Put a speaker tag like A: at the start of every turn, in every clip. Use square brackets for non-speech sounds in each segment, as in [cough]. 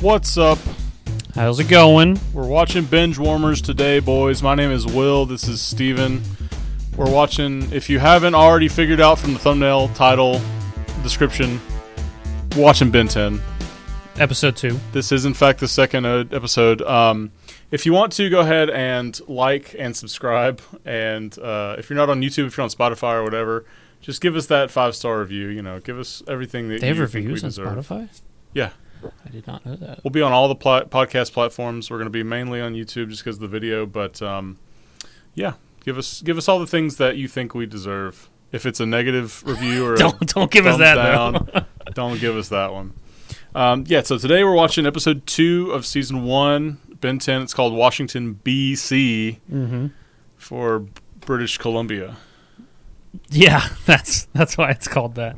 A: What's up?
B: How's it going?
A: We're watching Binge Warmers today, boys. My name is Will. This is Steven. We're watching, if you haven't already figured out from the thumbnail, title, description, we're watching Ben 10.
B: Episode two.
A: This is, in fact, the second uh, episode. Um, if you want to, go ahead and like and subscribe. And uh, if you're not on YouTube, if you're on Spotify or whatever, just give us that five star review. You know, give us everything that
B: They
A: you
B: have
A: think
B: reviews
A: we
B: on
A: deserve.
B: Spotify.
A: Yeah.
B: I did not know that.
A: We'll be on all the pla- podcast platforms. We're going to be mainly on YouTube just because of the video, but um, yeah, give us give us all the things that you think we deserve. If it's a negative review
B: [laughs]
A: or a
B: Don't don't give us
A: thumbs
B: that though.
A: down,
B: [laughs]
A: don't give us that one. Um, yeah, so today we're watching episode two of season one, Ben 10. It's called Washington B.C.
B: Mm-hmm.
A: for British Columbia.
B: Yeah, [laughs] that's that's why it's called that.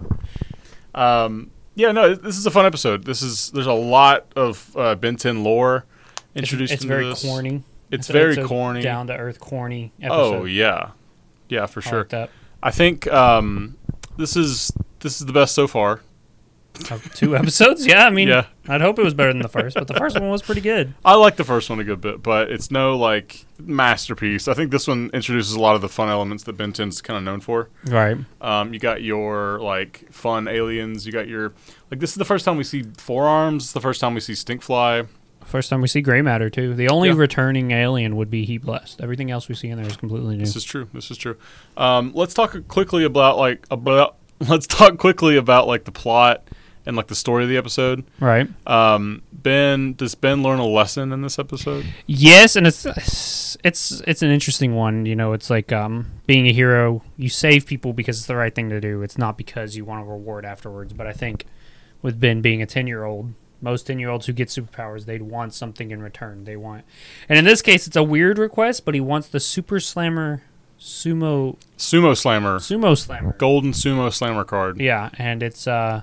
A: Um, yeah, no, this is a fun episode. This is there's a lot of uh, Ben 10 lore
B: It's,
A: introduced.
B: it's
A: into
B: very
A: this.
B: corny.
A: It's
B: an
A: very
B: episode
A: corny.
B: down to earth, corny. Episode.
A: Oh yeah, yeah for
B: I
A: sure.
B: like that.
A: I think um, this is this is the best so far.
B: Uh, Two [laughs] episodes. Yeah, I mean,
A: Yeah.
B: I'd hope it was better than the first, but the first one was pretty good.
A: I like the first one a good bit, but it's no like masterpiece. I think this one introduces a lot of the fun elements that Benton's kind of known for.
B: Right.
A: Um, you got your like fun aliens. You got your like this is the first time we see forearms. It's the first time we see stinkfly.
B: First time we see gray matter too. The only
A: Yeah.
B: returning alien would be Heat Blast. Everything else we see in there is completely new.
A: This is true. This is true. Um, let's talk quickly about like about. [laughs] Let's talk quickly about like the plot and like the story of the episode.
B: right.
A: Um, ben, does Ben learn a lesson in this episode?
B: Yes, and it's it's it's an interesting one. You know, it's like um, being a hero. You save people because it's the right thing to do. It's not because you want a reward afterwards. But I think with Ben being a ten year old, most ten year olds who get superpowers, they'd want something in return. They want, and in this case, it's a weird request, but he wants the Super Slammer, sumo
A: Sumo Slammer,
B: sumo slammer.
A: golden Sumo Slammer card.
B: Yeah, and it's uh,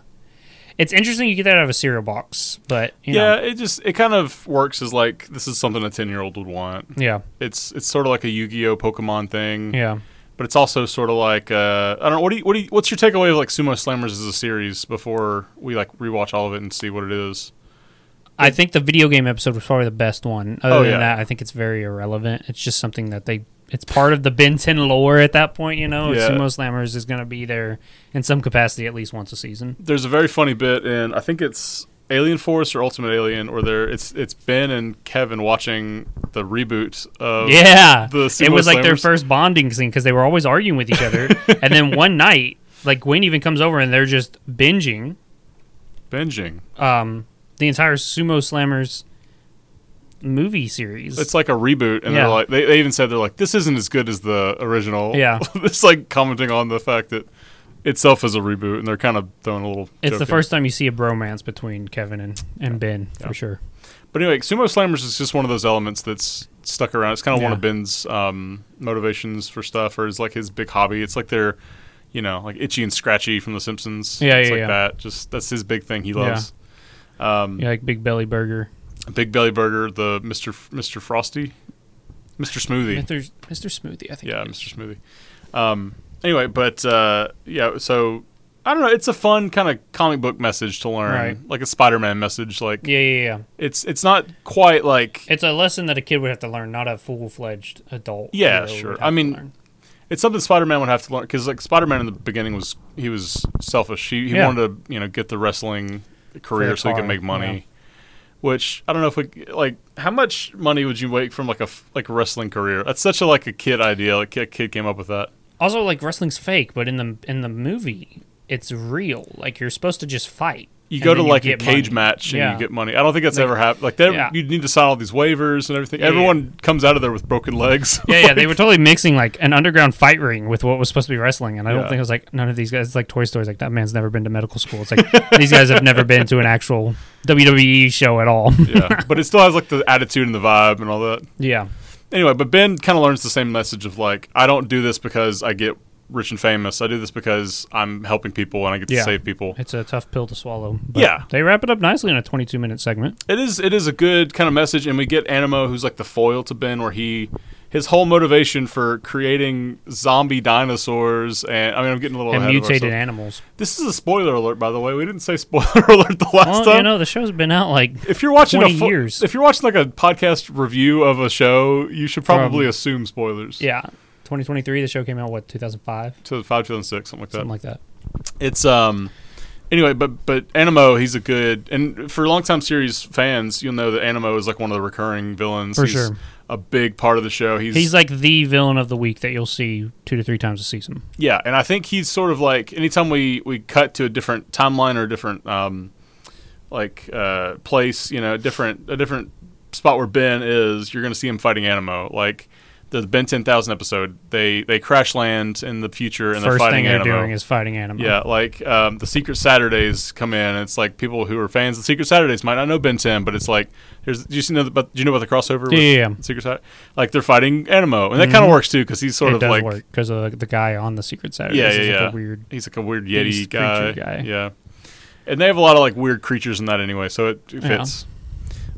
B: it's interesting. You get that out of a cereal box, but you
A: Yeah,
B: know,
A: it just it kind of works as like this is something a ten year old would want.
B: yeah,
A: It's it's sort of like a Yu Gi Oh Pokemon thing,
B: yeah.
A: but it's also sort of like uh, I don't know. What do you, what do you, what's your takeaway of like Sumo Slammers as a series before we like rewatch all of it and see what it is?
B: I think the video game episode was probably the best one. Other
A: Oh, yeah.
B: than that, I think it's very irrelevant. It's just something that they. It's part of the Benton lore at that point, you know.
A: Yeah.
B: Sumo Slammers is going to be there in some capacity at least once a season.
A: There's a very funny bit, and I think it's Alien Force or Ultimate Alien, or there it's it's Ben and Kevin watching the reboot of
B: yeah,
A: Oh, the
B: it
A: Sumo
B: was like their
A: Slammers.
B: first bonding scene because they were always arguing with
A: [laughs]
B: each other, and then one night, like Gwen even comes over and they're just binging
A: binging.
B: um, the entire Sumo Slammers movie series.
A: It's like a reboot, and
B: Yeah.
A: they're like, they, they even said they're like, this isn't as good as the original.
B: Yeah.
A: [laughs] it's like commenting on the fact that itself is a reboot, and they're kind of throwing a little.
B: it's
A: joke
B: the
A: in.
B: first time you see a bromance between Kevin and, and Ben for sure.
A: But anyway, Sumo Slammers is just one of those elements that's stuck around. It's kind of one
B: Yeah.
A: of Ben's um, motivations for stuff, or is like his big hobby. It's like they're, you know, like itchy and scratchy from The Simpsons.
B: Yeah,
A: it's
B: yeah,
A: like
B: yeah.
A: that. Just that's his big thing. He loves. Um,
B: Yeah, like Big Belly Burger.
A: Big Belly Burger, the Mister Mister Frosty, Mister Smoothie.
B: Mr. Mr. Smoothie, I think.
A: yeah,
B: it is.
A: Mr. Smoothie. Um, anyway, but uh, yeah, so I don't know. It's a fun kind of comic book message to learn,
B: Right.
A: like a Spider-Man message. Like
B: Yeah, yeah, yeah.
A: it's it's not quite like
B: It's a lesson that a kid would have to learn, not a full fledged adult.
A: Yeah,
B: hero would
A: sure.
B: have
A: I
B: to
A: mean,
B: learn.
A: it's something Spider-Man would have to learn because like Spider-Man in the beginning was he was selfish. He, he
B: Yeah.
A: wanted to you know get the wrestling career so he
B: car,
A: could make money.
B: yeah.
A: Which I don't know if we like. How much money would you make from like a f- like a wrestling career? That's such a like a kid idea. Like a kid came up with that.
B: also like wrestling's fake, but in the in the movie, it's real. Like you're supposed to just fight.
A: you
B: and
A: go to
B: then
A: like a
B: get
A: cage
B: money.
A: match and
B: yeah.
A: you get money. I don't think that's ever happened. Like that,
B: Yeah.
A: you need to sign all these waivers and everything.
B: Yeah,
A: Everyone comes out of there with broken legs.
B: [laughs] Yeah, yeah, they
A: Like,
B: were totally mixing like an underground fight ring with what was supposed to be wrestling, and I
A: Yeah.
B: don't think it was like none of these guys. It's like Toy Stories, like that man's never been to medical school. It's like [laughs] these guys have never been to an actual WWE show at
A: [laughs]
B: all.
A: yeah. But it still has like the attitude and the vibe and all that.
B: [laughs] yeah,
A: Anyway, but Ben kind of learns the same message of like, I don't do this because I get rich and famous. I do this because I'm helping people and I get to
B: Yeah.
A: save people.
B: it's a tough pill to swallow. But
A: Yeah.
B: they wrap it up nicely in a 22 minute segment.
A: It is it is a good kind of message, and we get Animo, who's like the foil to Ben, where he. his whole motivation for creating zombie dinosaurs and I mean I'm getting a little
B: and
A: ahead of
B: mutated
A: ourselves.
B: animals.
A: This is a spoiler alert, by the way. We didn't say spoiler [laughs] alert the last
B: Well,
A: time.
B: you know, the show's been out like
A: if you're watching a
B: 20
A: fu-
B: years.
A: if you're watching like a podcast review of a show, you should probably assume spoilers.
B: yeah, 2023. The show came out what 2005,
A: To five, two thousand six, something like that.
B: something like that.
A: it's um anyway but but animo he's a good and for longtime series fans you'll know that animo is like one of the recurring villains
B: For
A: he's
B: sure.
A: a big part of the show he's,
B: He's like the villain of the week that you'll see two to three times a season.
A: yeah and i think he's sort of like anytime we we cut to a different timeline or a different um like uh place you know a different a different spot where ben is you're gonna see him fighting animo like the ben 10000 episode they they crash land in the future and they're
B: First
A: fighting
B: thing they're
A: animo
B: doing is fighting anime.
A: Yeah, like um, the Secret Saturdays come in. And it's like people who are fans of Secret Saturdays might not know Ben 10, but it's like there's. Do you see know about? Do you know about the crossover?
B: Yeah, yeah, yeah.
A: With Secret Saturday, like they're fighting Animo, and that kind of works too because he's sort
B: it
A: of
B: does
A: like
B: work because of the, the guy on the Secret Saturdays
A: Yeah, yeah,
B: is like
A: yeah.
B: a weird.
A: he's like a weird Yeti
B: Beast
A: guy.
B: creature guy.
A: Yeah, and they have a lot of like weird creatures in that anyway, so it, it
B: Yeah.
A: fits.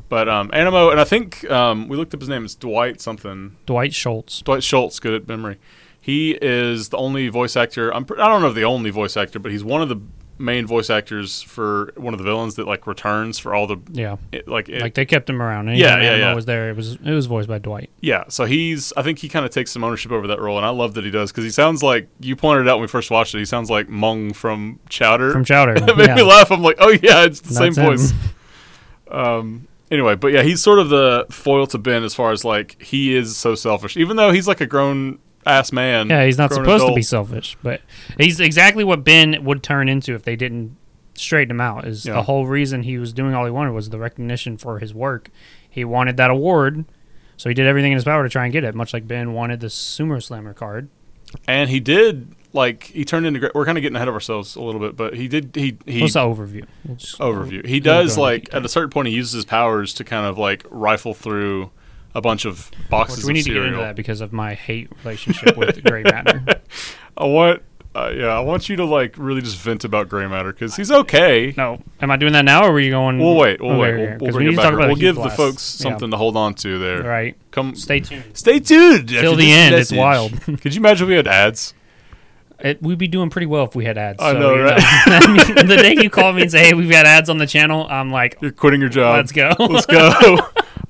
A: But um, Animo, and I think um, we looked up his name. It's Dwight something.
B: Dwight Schultz.
A: Dwight Schultz, good at memory. He is the only voice actor. I'm, pr- I don't know if the only voice actor, but he's one of the main voice actors for one of the villains that like returns for all the
B: Yeah,
A: it, like, it,
B: like they kept him around. And
A: Yeah,
B: yeah,
A: yeah,
B: yeah,
A: yeah.
B: Was there? It was it was voiced by Dwight.
A: yeah. So he's I think he kind of takes some ownership over that role, and I love that he does because he sounds like you pointed out when we first watched it. He sounds like Mung from Chowder. [laughs]
B: from Chowder.
A: it made
B: yeah.
A: me laugh. I'm like, oh yeah, it's the same
B: That's him. [laughs]
A: voice. Um, anyway, but yeah, he's sort of the foil to Ben as far as like he is so selfish, even though he's like a grown ass man.
B: Yeah, he's not
A: Mm-hmm. grown
B: supposed to
A: adult.
B: be selfish, but he's exactly what Ben would turn into if they didn't straighten him out. Is
A: Yeah.
B: the whole reason he was doing all he wanted was the recognition for his work. He wanted that award, so he did everything in his power to try and get it. Much like Ben wanted the Sumo Slammer card.
A: and he did like he turned into great we're kind of getting ahead of ourselves a little bit but he did he he
B: What's the overview? We'll just-
A: overview he
B: we'll
A: does
B: go into
A: like at a certain point he uses his powers to kind of like rifle through a bunch of
B: detail.
A: boxes
B: we need
A: of
B: to get
A: cereal
B: into that because of my hate relationship
A: [laughs]
B: with gray matter.
A: i want uh, yeah i want you to like really just vent about gray matter because he's okay
B: No, am I doing that now, or were you going?
A: we'll wait we'll
B: Okay,
A: wait
B: okay,
A: we'll,
B: okay,
A: we'll
B: 'cause
A: bring
B: we
A: it
B: need to
A: back
B: talk
A: around.
B: about
A: we'll
B: Heat
A: give the
B: Blast.
A: folks
B: Yeah.
A: something to hold on to there
B: Right.
A: come
B: Stay tuned.
A: stay tuned after
B: Till the
A: this
B: end, it's
A: message. [laughs]
B: wild.
A: could you imagine if we had ads
B: It, we'd be doing pretty well if we had ads.
A: I
B: so,
A: know,
B: you
A: right?
B: [laughs] I mean, the day you call me and say, "Hey, we've got ads on the channel," I'm like,
A: you're quitting your job
B: "Let's go." [laughs]
A: let's go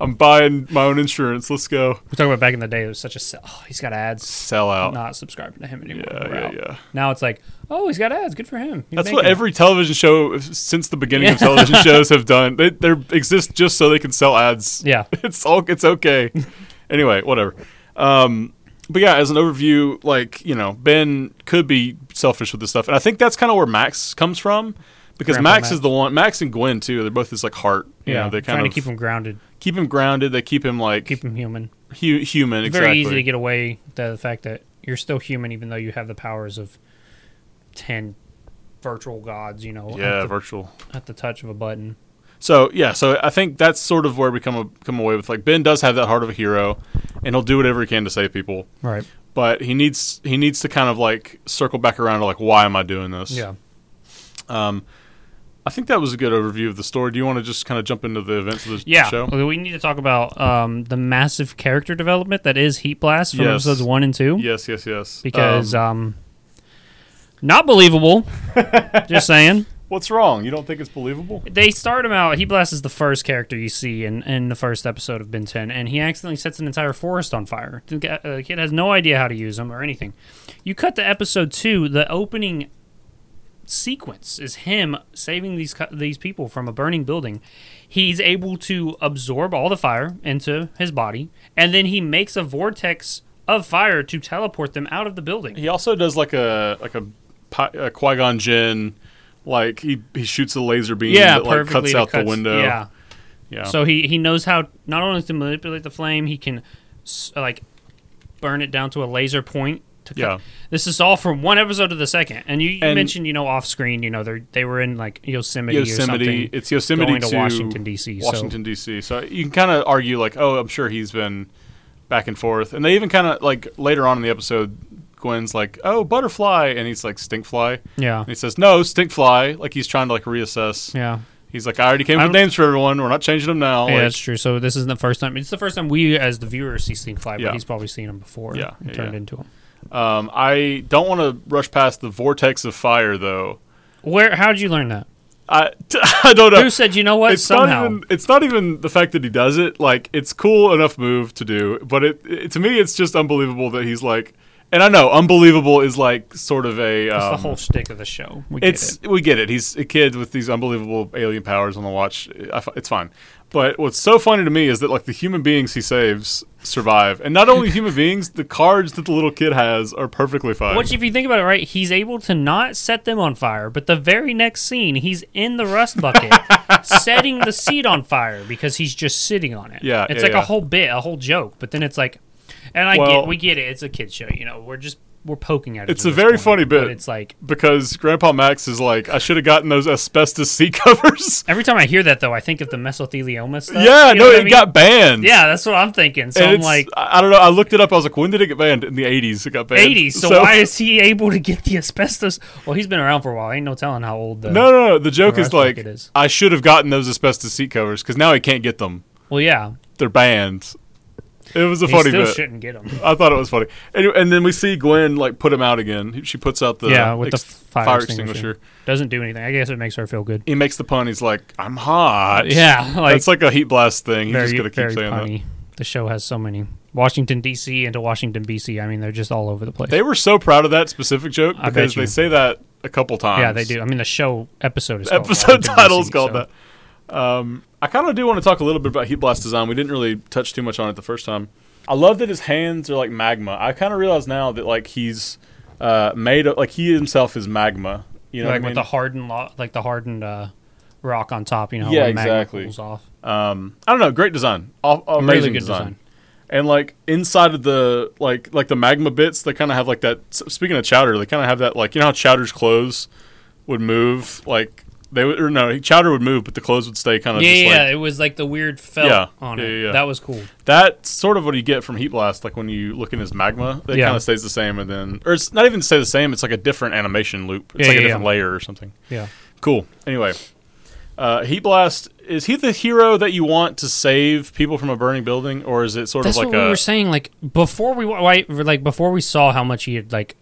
A: i'm buying my own insurance let's go
B: We're talking about back in the day. It was such a sell. Oh, he's got ads.
A: sell out
B: Not subscribing to him anymore.
A: Yeah,
B: We're
A: yeah,
B: out.
A: yeah.
B: Now it's like, oh, he's got ads. Good for him. He's
A: That's
B: making
A: what
B: it.
A: every television show since the beginning of
B: Yeah.
A: television
B: [laughs]
A: shows have done. They they exist just so they can sell ads.
B: Yeah.
A: [laughs] It's all it's
B: [laughs]
A: okay. anyway, whatever. Um but yeah, as an overview, like, you know, Ben could be selfish with this stuff. And I think that's kind of where Max comes from because
B: Grandpa
A: Max, is
B: Max.
A: the one Max and Gwen too. They're both his like heart, you know, they kind
B: trying
A: of
B: to keep him grounded,
A: keep him grounded, they keep him like
B: keep him human.
A: hu- human
B: It's
A: exactly.
B: Very easy to get away the fact that you're still human, even though you have the powers of ten virtual gods. You know,
A: yeah,
B: at the,
A: virtual.
B: at the touch of a button.
A: So yeah, so I think that's sort of where we come a, come away with like Ben does have that heart of a hero, and he'll do whatever he can to save people,
B: Right.
A: but he needs he needs to kind of like circle back around to like why am I doing this?
B: Yeah.
A: Um, I think that was a good overview of the story. Do you want to just kind of jump into the events of the
B: Yeah,
A: show?
B: okay, we need to talk about um, the massive character development that is Heat Blast from
A: Yes.
B: episodes one and two,
A: Yes, yes, yes.
B: because
A: Um,
B: um,
A: [laughs]
B: not believable. just saying,
A: what's wrong? You don't think it's believable?
B: they start him out. Heat Blast is the first character you see in, in the first episode of Ben Ten, and he accidentally sets an entire forest on fire. The guy- uh, kid has no idea how to use them or anything. You cut to episode two. The opening sequence is him saving these cu- these people from a burning building. He's able to absorb all the fire into his body, and then he makes a vortex of fire to teleport them out of the building.
A: He also does like a like a, Pi- a Qui Gon Jinn, like he he shoots a laser beam that like
B: perfectly
A: cuts
B: to
A: out the window.
B: Yeah.
A: yeah.
B: So he he knows how not only to manipulate the flame, he can s- like burn it down to a laser point. To cut.
A: Yeah.
B: This is all from one episode to the second, and you, you
A: And-
B: mentioned you know off screen, you know they they were in like Yosemite, or
A: Yosemite.
B: something,
A: It's Yosemite
B: going to, Washington D.C.
A: Washington D.C. So you can kind of argue like, oh, I'm sure he's been back and forth, and they even kind of like later on in the episode, Gwen's like, oh, butterfly, and he's like stinkfly,
B: So yeah,
A: and he says no, stinkfly, like he's trying to like reassess.
B: yeah.
A: He's like, I already came up with
B: I'm-
A: names for everyone. We're not changing them now.
B: yeah,
A: Like,
B: that's true. So this isn't the first time. It's the first time we, as the viewer, see Stink Fly, but
A: Yeah.
B: he's probably seen him before.
A: Yeah,
B: and
A: yeah,
B: turned
A: yeah.
B: into him.
A: Um, I don't want to rush past the vortex of fire, though.
B: Where? How'd you learn that?
A: I, [laughs] I don't know.
B: Who said? You know what?
A: Uh, it's
B: Somehow.
A: not even. It's not even the fact that he does it. Like, it's cool enough move to do, but it, it to me, it's just unbelievable that he's like. And I know unbelievable is like sort of a.
B: That's
A: Um,
B: the whole shtick of the show. We
A: it's
B: get it.
A: we get it. He's a kid with these unbelievable alien powers on the watch. I f it's fine. But what's so funny to me is that like the human beings he saves survive, and not only human beings, the cards that the little kid has are perfectly fine.
B: Which, if you think about it, right, he's able to not set them on fire, but the very next scene, he's in the
A: [laughs]
B: rust bucket, setting the seat on fire because he's just sitting on it.
A: Yeah,
B: it's
A: yeah,
B: like
A: yeah.
B: a whole bit, a whole joke. But then it's like, and I
A: Well-
B: get, we get it. It's a kid show, you know. We're just we're poking at it.
A: It's
B: at
A: a
B: this
A: very
B: point,
A: funny
B: but
A: bit.
B: It's like
A: because Grandpa Max is like, I should have gotten those asbestos [laughs] seat covers.
B: every time I hear that, though, I think of the mesothelioma stuff.
A: yeah,
B: you know
A: no,
B: what
A: it
B: I mean?
A: got banned.
B: Yeah, that's what I'm thinking. So
A: and
B: I'm
A: it's, [laughs]
B: like.
A: I, I don't know. I looked it up. I was like, when did it get banned? In the '80s, it got banned.
B: 80, so, why is he able to get the asbestos? Well, he's been around for a while. Ain't no telling how old. The,
A: [laughs] No, no, no. The joke
B: The
A: is
B: rust
A: like,
B: bucket is.
A: I should have gotten those asbestos seat covers because now he can't get them.
B: Well, yeah,
A: they're banned. It was a
B: he
A: funny
B: still
A: bit.
B: shouldn't get them.
A: I thought it was funny. Anyway, and then we see Gwen like put him out again. She puts out the
B: yeah, with
A: ex-
B: the fire, extinguisher.
A: extinguisher.
B: Doesn't do anything. I guess it makes her feel good.
A: He makes the pun. He's like, "I'm hot."
B: Yeah, like,
A: it's like a heat blast thing. He's
B: very,
A: just gonna keep
B: very
A: saying that.
B: punny. The show has so many Washington D.C. into Washington B.C. I mean, they're just all over the place.
A: They were so proud of that specific joke
B: I bet
A: because
B: you.
A: they say that a couple times.
B: yeah, they do. I mean, the show episode is
A: The
B: called
A: Episode
B: Washington,
A: titles
B: DC,
A: called
B: so-
A: that. Um, I kind of do want to talk a little bit about heat blast design. We didn't really touch too much on it the first time. I love that his hands are like magma. I kind of realize now that like he's uh, made of, like he himself is magma. You know,
B: like
A: what I
B: with
A: mean?
B: the hardened, lo- like the hardened uh, rock on top. You know,
A: Yeah,
B: when magma
A: exactly.
B: cools off.
A: um, I don't know, great design, All, amazing
B: really good
A: design.
B: design.
A: And like inside of the like like the magma bits, they kind of have like that. s- Speaking of chowder, they kind of have that like you know how chowder's clothes would move like they would or no chowder would move, but the clothes would stay kind of
B: Yeah,
A: just
B: yeah,
A: like
B: yeah, it was like the weird felt
A: Yeah,
B: on
A: yeah,
B: it.
A: yeah, yeah.
B: That was cool.
A: that's sort of what you get from heat blast. Like when you look in his magma, it
B: Yeah.
A: kind of stays the same, and then or it's not even stay the same. It's like a different animation loop. It's
B: Yeah,
A: like a
B: yeah,
A: different
B: yeah.
A: layer or something.
B: Yeah.
A: Cool. Anyway, uh, Heat Blast is he the hero that you want to save people from a burning building, or is it sort
B: That's
A: of like
B: what
A: a
B: we were saying. Like before we wa- why- like before we saw how much he had like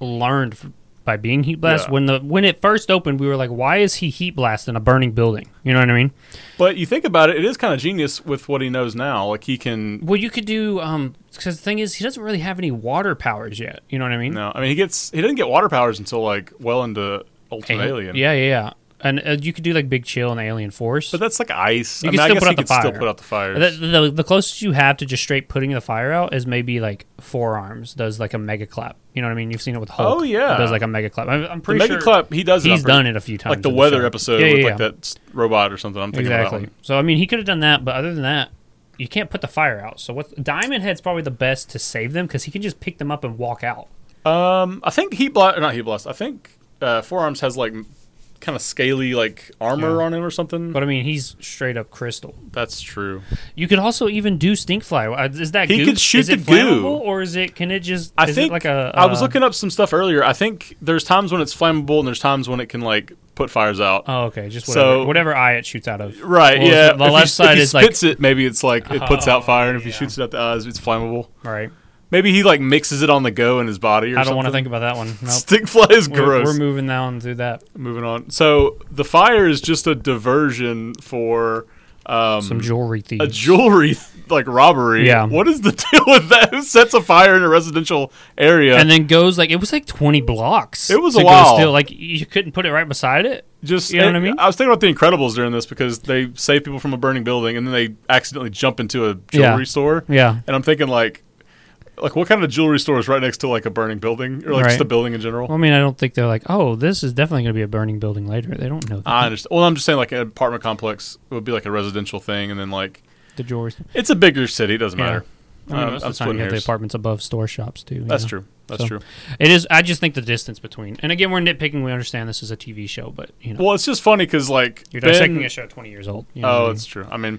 B: learned f- by being heat blast.
A: Yeah.
B: When the when it first opened, we were like, why is he heat blast in a burning building? You know what I mean?
A: But you think about it, it is kind of genius with what he knows now. Like he can.
B: Well, you could do um because the thing is he doesn't really have any water powers yet. You know what I mean?
A: No, I mean he gets he didn't get water powers until like well into Ultimate
B: And-
A: Alien.
B: Yeah, yeah, yeah. And uh, you could do like big chill and alien force.
A: But that's like ice. I
B: You can
A: mean, I
B: still
A: guess
B: put out
A: he
B: the
A: could still
B: fire.
A: put out the fire.
B: The, the, the closest you have to just straight putting the fire out is maybe like forearms does like a mega clap. You know what I mean? You've seen it with Hulk.
A: Oh, yeah.
B: does like a mega clap. I'm, I'm
A: The
B: pretty
A: mega
B: sure
A: clap, he does. it, I'm
B: he's
A: pretty-
B: done it a few times.
A: Like the
B: in
A: weather
B: show.
A: episode
B: Yeah, yeah,
A: with
B: yeah.
A: like that s- robot or something. I'm thinking about
B: Exactly.
A: that one.
B: So I mean, he could have done that, but other than that, you can't put the fire out. So what? Diamond Head's probably the best to save them because he can just pick them up and walk out.
A: Um, I think Heat Blast, not Heat Blast. I think uh, Forearms has like kind of scaly like armor
B: Yeah.
A: on him or something.
B: But I mean, he's straight up crystal.
A: That's true.
B: You could also even do Stinkfly. Uh, Is that
A: He
B: goo?
A: could shoot
B: is it
A: the goo.
B: flammable, or is it? Can it just?
A: I
B: is
A: think
B: it like a.
A: I was
B: uh,
A: looking up some stuff earlier. I think there's times when it's flammable and there's times when it can like put fires out.
B: Oh, okay. Just
A: So-
B: whatever, whatever eye it shoots out of.
A: right?
B: Well,
A: yeah.
B: if The
A: If he-
B: left side
A: if he
B: is like Oh,
A: spits it. Maybe it's like it puts out fire, and if he
B: yeah.
A: shoots it at the eyes, it's flammable.
B: right.
A: Maybe he like mixes it on the go in his body. Or
B: I don't want to
A: something.
B: think about that one.
A: [laughs]
B: Nope.
A: Stick fly is
B: We're-
A: gross.
B: We're, moving down through that.
A: Moving on. So the fire is just a diversion for um,
B: Some jewelry thieves.
A: a jewelry th- like robbery.
B: Yeah.
A: What is the [laughs] deal with that? Who sets a fire in a residential area?
B: and then goes like it was like twenty blocks.
A: It was
B: to
A: a
B: go
A: while.
B: Still, like you couldn't put it right beside it.
A: just eh,
B: you know what I mean?
A: I was thinking about the Incredibles during this because they save people from a burning building and then they accidentally jump into a jewelry
B: Yeah.
A: store.
B: Yeah.
A: And I'm thinking like, like what kind of jewelry store is right next to like a burning building or like just
B: Right.
A: a building in general?
B: Well, I mean, I don't think they're like, oh, this is definitely going to be a burning building later. They don't know that.
A: I understand. Well, I'm just saying like an apartment complex would be like a residential thing, and then like
B: the jewelry. store.
A: it's a bigger city. It doesn't
B: Yeah.
A: matter.
B: I mean,
A: Um,
B: most
A: I'm
B: of the time
A: splitting
B: you have the
A: hairs.
B: apartments above store shops too. you
A: That's
B: know?
A: true. That's
B: So-
A: true.
B: It is. I just think the distance between. And again, we're nitpicking. We understand this is a TV show, but you know,
A: Well, it's just funny because like
B: you're
A: Ben-
B: dissecting a show twenty years old. You know what I
A: Oh,
B: mean?
A: it's true. I mean,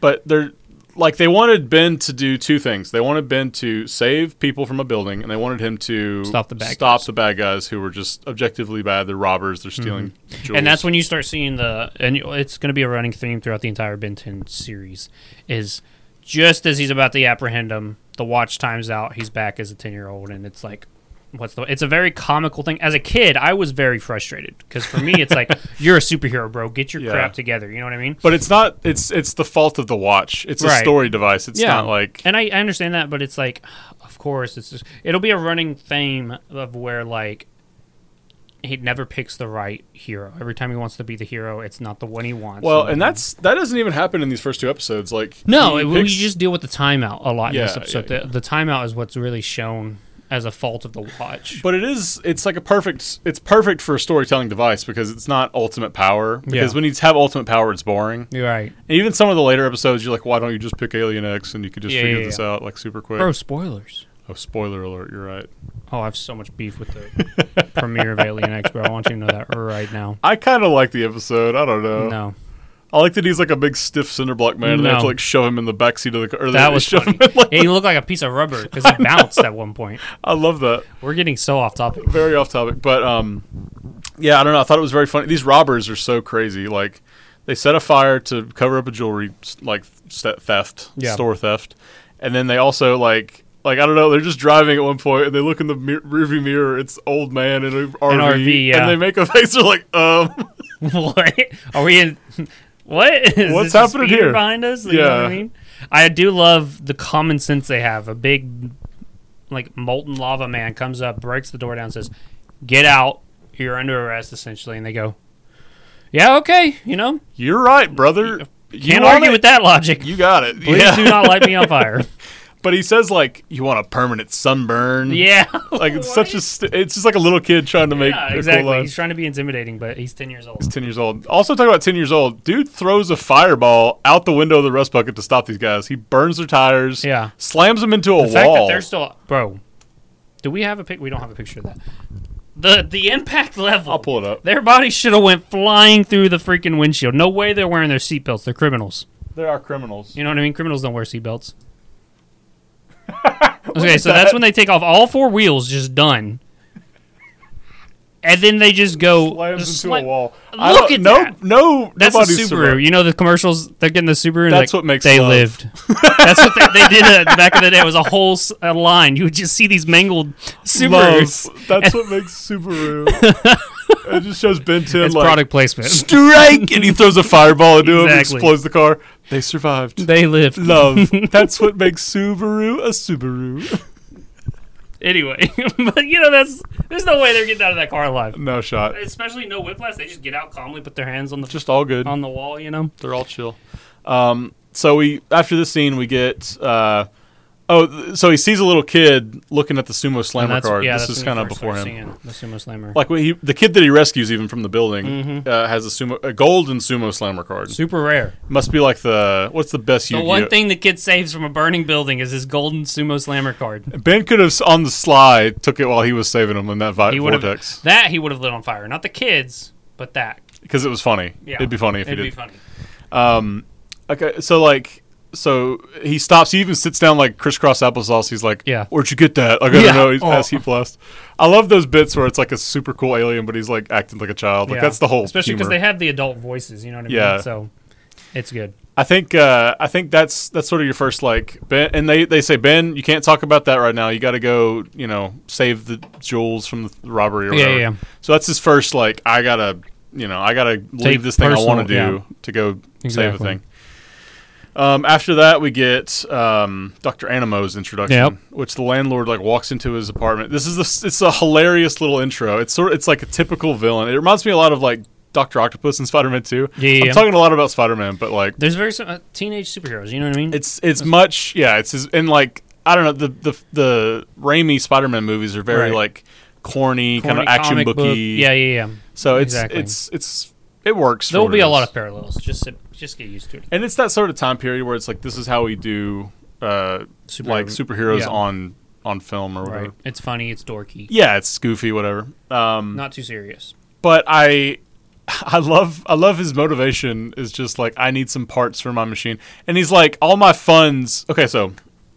A: but they're like they wanted Ben to do two things. They wanted Ben to save people from a building, and they wanted him to
B: Stop the bad
A: stop
B: guys.
A: the bad guys who were just objectively bad. They're robbers. They're stealing. Jewels.
B: Mm-hmm. and that's when you start seeing the and you- it's going to be a running theme throughout the entire Benton series is just as he's about to apprehend him the watch times out he's back as a 10 year old and it's like what's the it's a very comical thing as a kid I was very frustrated because for me
A: [laughs]
B: it's like you're a superhero bro get your
A: Yeah.
B: crap together you know what I mean
A: But it's not. It's it's the fault of the watch. It's a
B: Right.
A: story device. It's not like
B: and I, I understand that but it's like of course it's just it'll be a running theme of where like he never picks the right hero every time he wants to be the hero it's not the one he wants
A: well,
B: that's
A: and that's that doesn't even happen in these first two episodes. Like
B: No,
A: he
B: it, we
A: picks-
B: just deal with the timeout a lot in this
A: Yeah,
B: episode.
A: yeah,
B: The, the timeout is what's really shown as a fault of the watch.
A: But it is. It's like a perfect. It's perfect for a storytelling device because it's not ultimate power. Because
B: Yeah.
A: when you have ultimate power, it's boring.
B: You're right,
A: And even some of the later episodes, you're like, why don't you just pick Alien X and you could just
B: Yeah,
A: figure
B: yeah,
A: this
B: yeah.
A: out like super quick?
B: bro. Spoilers.
A: Oh, spoiler alert! You're right.
B: Oh, I have so much beef with the premiere of Alien X, bro. I want you to know that right now.
A: I kind of like the episode. I don't know.
B: No,
A: I like that he's like a big stiff cinderblock man, and they have to
B: No.
A: like shove him in the backseat of the car. Or
B: that
A: they
B: was
A: shove
B: funny.
A: Him in, [laughs] like,
B: he looked like a piece of rubber because
A: [laughs]
B: he bounced at one point.
A: I love that.
B: We're getting so off topic.
A: Very off topic, but um, yeah, I don't know. I thought it was very funny. These robbers are so crazy. Like, they set a fire to cover up a jewelry s- like st- theft,
B: Yeah.
A: store theft, and then they also like. Like I don't know, they're just driving at one point, and they look in the mir- rearview mirror. It's old man in a RV,
B: RV, yeah.
A: and they make a face. [laughs] They're like, um,
B: [laughs] what are we in? What is
A: What's
B: this a
A: happening
B: speeder
A: here?
B: behind us? You know what
A: Yeah.
B: I mean, I do love the common sense they have. A big, like molten lava man comes up, breaks the door down, says, "Get out! You're under arrest." Essentially, and they go, "Yeah, okay. You know,
A: "You're right, brother. You
B: can't
A: want
B: argue
A: it?
B: with that logic.
A: You got it.
B: [laughs] Please do not light me on fire."
A: [laughs] But he says like, "You want a permanent sunburn?"
B: yeah,
A: Like it's
B: [laughs] What?
A: such a. St- it's just like a little kid trying to make
B: yeah,
A: a
B: exactly.
A: cool line.
B: He's trying to be intimidating, but he's ten years old.
A: He's ten years old. Also, talk about ten years old. Dude throws a fireball out the window of the rust bucket to stop these guys. He burns their tires.
B: Yeah.
A: Slams them into a
B: The fact that
A: wall.
B: they're still, bro. Do we have a pic? We don't have a picture of that. The the impact level.
A: I'll pull it up.
B: Their bodies should have went flying through the freaking windshield. No way they're wearing their seatbelts. They're criminals.
A: They are criminals.
B: You know what I mean? Criminals don't
A: [laughs]
B: wear seatbelts. okay, so that's when they take off all four wheels, just done. And then they just go.
A: Slams
B: just
A: into a
B: slam-
A: wall.
B: Look
A: don't-
B: at
A: no,
B: that.
A: No,
B: That's a
A: nobody's
B: Subaru.
A: survived.
B: You know the commercials? They're getting the Subaru. and
A: That's
B: like,
A: what makes
B: they
A: love. [laughs]
B: lived. That's what they, they did uh, back in the day. It was a whole s- a line. You would just see these mangled Subarus.
A: Love. That's what
B: [laughs]
A: makes Subaru. it just shows Ben 10
B: It's
A: like
B: product placement. [laughs]
A: strike, and he throws a fireball into him and
B: Exactly.
A: explodes the car. They survived.
B: They lived. [laughs]
A: Love. That's what makes Subaru a Subaru.
B: Anyway, [laughs] but you know that's there's no way they're getting out of that car alive.
A: No shot.
B: Especially no whiplash. They just get out calmly, put their hands on the
A: Just all good.
B: on the wall. You know.
A: They're all chill. Um, so we after this scene we get uh, oh th- so he sees a little kid looking at the sumo slammer card. this is kind of before him.
B: The sumo slammer.
A: Like when he, the kid that he rescues even from the building
B: Mm-hmm.
A: uh, has a sumo a golden sumo slammer card.
B: Super rare.
A: Must be like the what's the best
B: The
A: Yu-Gi-Oh.
B: one thing the kid saves from a burning building is his golden sumo slammer card.
A: Ben could have s- on the sly took it while he was saving him in that vi-
B: He would have
A: vortex
B: that he would have lit on fire. Not the kids, but that.
A: because it was funny.
B: Yeah,
A: It'd be funny if
B: it'd
A: he
B: be
A: did.
B: funny.
A: Okay, so like, so he stops. He even sits down like crisscross applesauce. He's like,
B: Yeah.
A: where'd you get that?" Like, I gotta
B: Yeah.
A: know. He's
B: Oh.
A: as he blast. I love those bits where it's like a super cool alien, but he's like acting like a child. Like
B: Yeah.
A: that's the whole.
B: Especially
A: humor.
B: because they have the adult voices. You know what I mean.
A: Yeah.
B: So it's good.
A: I think uh, I think that's that's sort of your first like Ben, and they they say Ben, you can't talk about that right now. You got to go, you know, save the jewels from the robbery or
B: Yeah,
A: whatever.
B: yeah, yeah.
A: So that's his first like I gotta, you know, I gotta leave this thing
B: personal-
A: I want to do
B: yeah.
A: to go save a
B: Exactly.
A: thing. Um, after that, we get um, Doctor Animo's introduction,
B: Yep.
A: which the landlord like walks into his apartment. This is a, it's a hilarious little intro. It's sort of, it's like a typical villain. It reminds me a lot of like Doctor Octopus and Spider Man Two.
B: Yeah, yeah,
A: I'm
B: yeah.
A: talking a lot about Spider Man, but like
B: There's very some, uh, teenage superheroes. You know what I mean.
A: it's it's much yeah. It's his, and like I don't know the the the Raimi Spider Man movies are very
B: Right.
A: like corny, kind of
B: Corny
A: action
B: comic book.
A: booky.
B: Yeah, yeah, yeah.
A: So it's
B: Exactly.
A: it's it's it works. for
B: There will
A: what
B: be
A: it
B: a
A: is.
B: lot of parallels. Just sit, just get used to it.
A: and it's that sort of time period where it's like this is how we do uh
B: Superhero-
A: like superheroes
B: yeah.
A: on Mm. on film or whatever.
B: Right. It's funny. It's dorky.
A: Yeah, it's goofy, whatever. Um,
B: Not too serious.
A: but I [laughs] I love I love his motivation is just like I need some parts for my machine, and he's like all my funds. Okay, so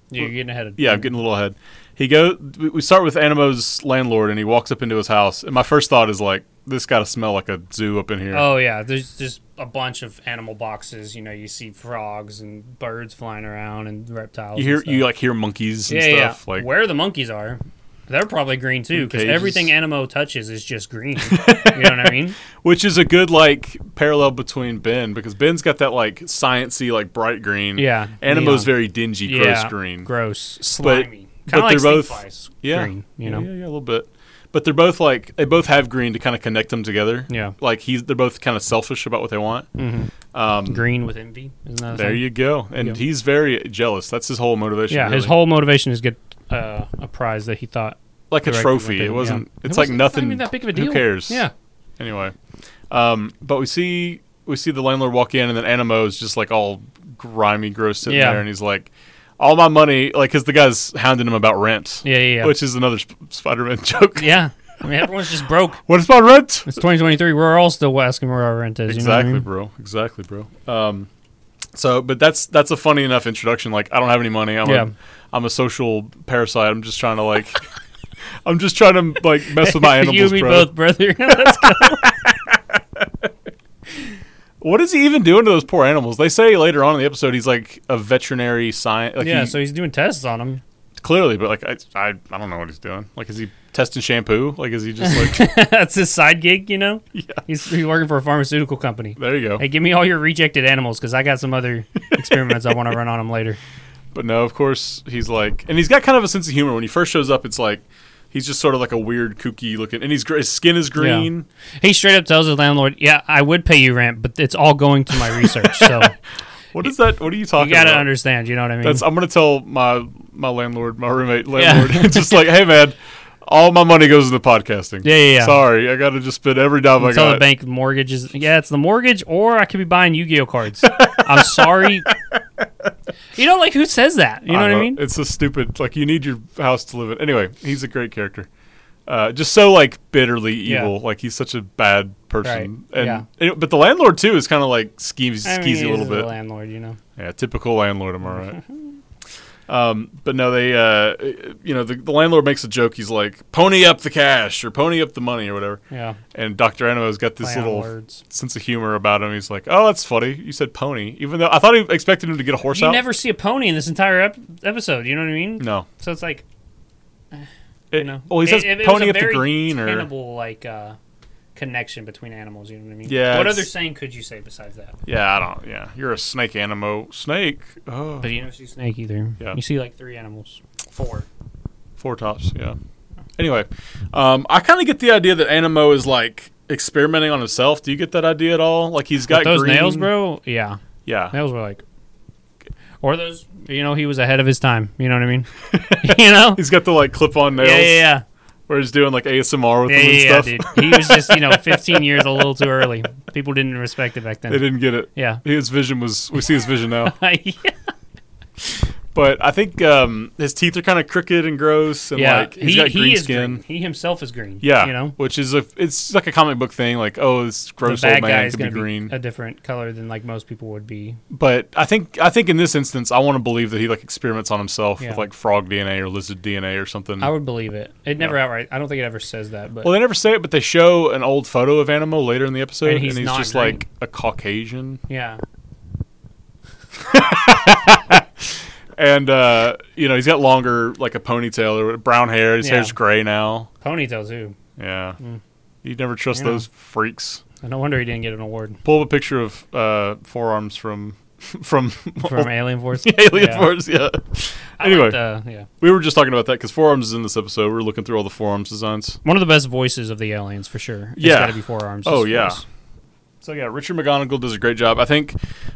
B: You're getting ahead of
A: yeah, I'm getting a little ahead. He go. we- We start with Animo's landlord, and he walks up into his house. And my first thought is like, this got to smell like a zoo up in here.
B: Oh yeah, there's just a bunch of animal boxes. You know, you see frogs and birds flying around and reptiles.
A: you hear
B: and stuff.
A: you like hear monkeys and
B: yeah, yeah,
A: stuff
B: yeah.
A: like
B: where the monkeys are. They're probably green too, because
A: cages.
B: everything Animo touches is just
A: [laughs]
B: green. you know what I mean?
A: which is a good like parallel between Ben because Ben's got that like sciency like bright green.
B: Yeah,
A: Animo's
B: neon.
A: very dingy, gross
B: yeah,
A: green.
B: gross, slimy,
A: but
B: kind of like
A: they're both-
B: snake flies.
A: yeah,
B: green,
A: Yeah,
B: you know.
A: yeah, yeah, a little bit. But they're both like they both have green to kind of connect them together.
B: Yeah. Mm-hmm.
A: like he's they're both kind of selfish about what they want. Um,
B: green with envy. Isn't that a
A: there
B: thing?
A: you go, and
B: Yeah.
A: he's very jealous. That's his whole motivation.
B: Yeah, his
A: really.
B: whole motivation is get uh, a prize that he thought.
A: like a
B: directed
A: trophy.
B: within,
A: It
B: yeah.
A: wasn't.
B: It
A: It's
B: wasn't-
A: like
B: it's not
A: nothing.
B: even that big of a
A: Who
B: deal.
A: cares?
B: Yeah.
A: Anyway, um, but we see we see the landlord walk in, and then Animo is just like all grimy, gross sitting
B: Yeah.
A: there, and he's like, "All my money," like because the guy's hounding him about rent.
B: Yeah, yeah, yeah.
A: Which is another sp- Spider-Man [laughs] joke.
B: [laughs] yeah, I mean everyone's just broke.
A: What is my rent?
B: It's 2023. We're all still asking where our rent is.
A: Exactly, [laughs]
B: You know what I mean?
A: bro. Exactly, bro. Um, so, but that's that's a funny enough introduction. Like, I don't have any money. I'm
B: Yeah.
A: a, I'm a social parasite. I'm just trying to like, [laughs] I'm just trying to like mess with my animals,
B: [laughs] you and me
A: bro.
B: both, brother. Let's go.
A: What is he even doing to those poor animals? They say later on in the episode he's like a veterinary science. Like
B: [laughs] yeah,
A: he-
B: so he's doing tests on them.
A: clearly, but like I, I, I don't know what he's doing. Like, is he testing shampoo? Like, is he just
B: [laughs]
A: like? [laughs]
B: [laughs] That's his side gig, you know.
A: Yeah.
B: He's, he's working for a pharmaceutical company.
A: there you go.
B: Hey, give me all your rejected animals because I got some other experiments I want to run on them later.
A: But no, of course he's like, and he's got kind of a sense of humor. When he first shows up, it's like he's just sort of like a weird, kooky looking, and he's gr- his skin is green.
B: He straight up tells his landlord, "Yeah, I would pay you rent, but it's all going to my research.
A: [laughs]
B: So
A: What is that? What are you talking
B: you got to
A: about?
B: understand. You know what I mean?
A: That's I'm gonna tell my my landlord, my roommate, landlord, [laughs] just like, hey man, all my money goes into podcasting.
B: Yeah, yeah, yeah.
A: Sorry, I gotta just spend every dime I
B: tell
A: got.
B: the bank mortgages. Yeah, it's the mortgage, or I could be buying Yu-Gi-Oh cards. I'm sorry.
A: [laughs]
B: You know, like who says that? You know what I
A: don't
B: mean?
A: It's so stupid. Like you need your house to live in. Anyway, he's a great character. Uh, just so like bitterly
B: Yeah.
A: evil. Like he's such a bad person.
B: Right,
A: And,
B: yeah.
A: and- but the landlord too is kind of like skeezy,
B: I mean,
A: skeezy a little
B: he's the
A: bit.
B: landlord, you know.
A: yeah, typical landlord. Am I
B: [laughs]
A: right? um, but no, they. Uh, you know, the, the landlord makes a joke. He's like, "Pony up the cash" or "Pony up the money" or whatever.
B: Yeah,
A: And Doctor Animo's got this
B: play on
A: little
B: words.
A: sense of humor about him. He's like, "Oh, that's funny. You said pony," even though I thought he expected him to get a horse
B: You
A: out.
B: never see a pony in this entire ep- episode. You know what I mean?
A: no.
B: So it's like
A: It,
B: you know.
A: well, he says
B: it, it was
A: pony
B: a
A: up the
B: very
A: green or
B: tenable like uh, connection between animals. You know what I mean?
A: Yeah,
B: What
A: it's-
B: other saying could you say besides that?
A: yeah, I don't. Yeah, you're a snake animo. Snake. Oh,
B: But you don't see snake either.
A: Yeah.
B: You see like three animals, four.
A: four tops. Yeah. Anyway, um, I kind of get the idea that animo is like experimenting on himself. Do you get that idea at all? Like he's got
B: With those
A: green-
B: nails, bro. Yeah,
A: Yeah.
B: nails were like, or those. You know, he was ahead of his time. You know what I mean? [laughs] you know?
A: He's got the like clip-on nails
B: Yeah, yeah, yeah.
A: where he's doing like ASMR with
B: Yeah,
A: them and
B: yeah, yeah,
A: stuff.
B: dude. He was just, you know, 15 years a little too early. People didn't respect it
A: [laughs]
B: back
A: They
B: then.
A: didn't get it.
B: Yeah. [laughs]
A: His vision was. We see his vision now.
B: yeah.
A: But I think um, his teeth are kind of crooked and gross, and like he's
B: he,
A: got
B: he
A: green
B: is
A: skin.
B: green. He himself is green.
A: Yeah,
B: You know?
A: which is a it's like a comic book thing, like oh, this
B: The
A: gross
B: bad
A: old
B: guy
A: man
B: is
A: could be
B: going to be,
A: green. Hmm.
B: a different color than like most people would be.
A: but I think I think in this instance, I want to believe that he like experiments on himself
B: Yeah.
A: with like frog DNA or lizard DNA or something.
B: I would believe it. It never outright. I don't think it ever says that, but
A: well, they never say it, but they show an old photo of Animo later in the episode,
B: And
A: and he's,
B: he's not
A: just
B: green.
A: like a Caucasian,
B: yeah,
A: and uh, you know he's got longer like a ponytail or brown hair. His
B: Yeah.
A: hair's gray now.
B: ponytail too.
A: Yeah, you'd never trust
B: You know.
A: those freaks.
B: No wonder he didn't get an
A: [laughs]
B: award
A: Pull up a picture of uh, forearms from [laughs] from,
B: from Alien Force.
A: [laughs] Alien
B: Yeah.
A: Force. Yeah.
B: I
A: Anyway,
B: liked, uh, yeah,
A: We were just talking about that because forearms is in this episode. We were looking through all the forearms designs.
B: one of the best voices of the aliens for sure.
A: Yeah.
B: it's got to be forearms.
A: Oh,
B: It's
A: yeah.
B: voice.
A: So yeah, Richard McGonagall does a great job. I think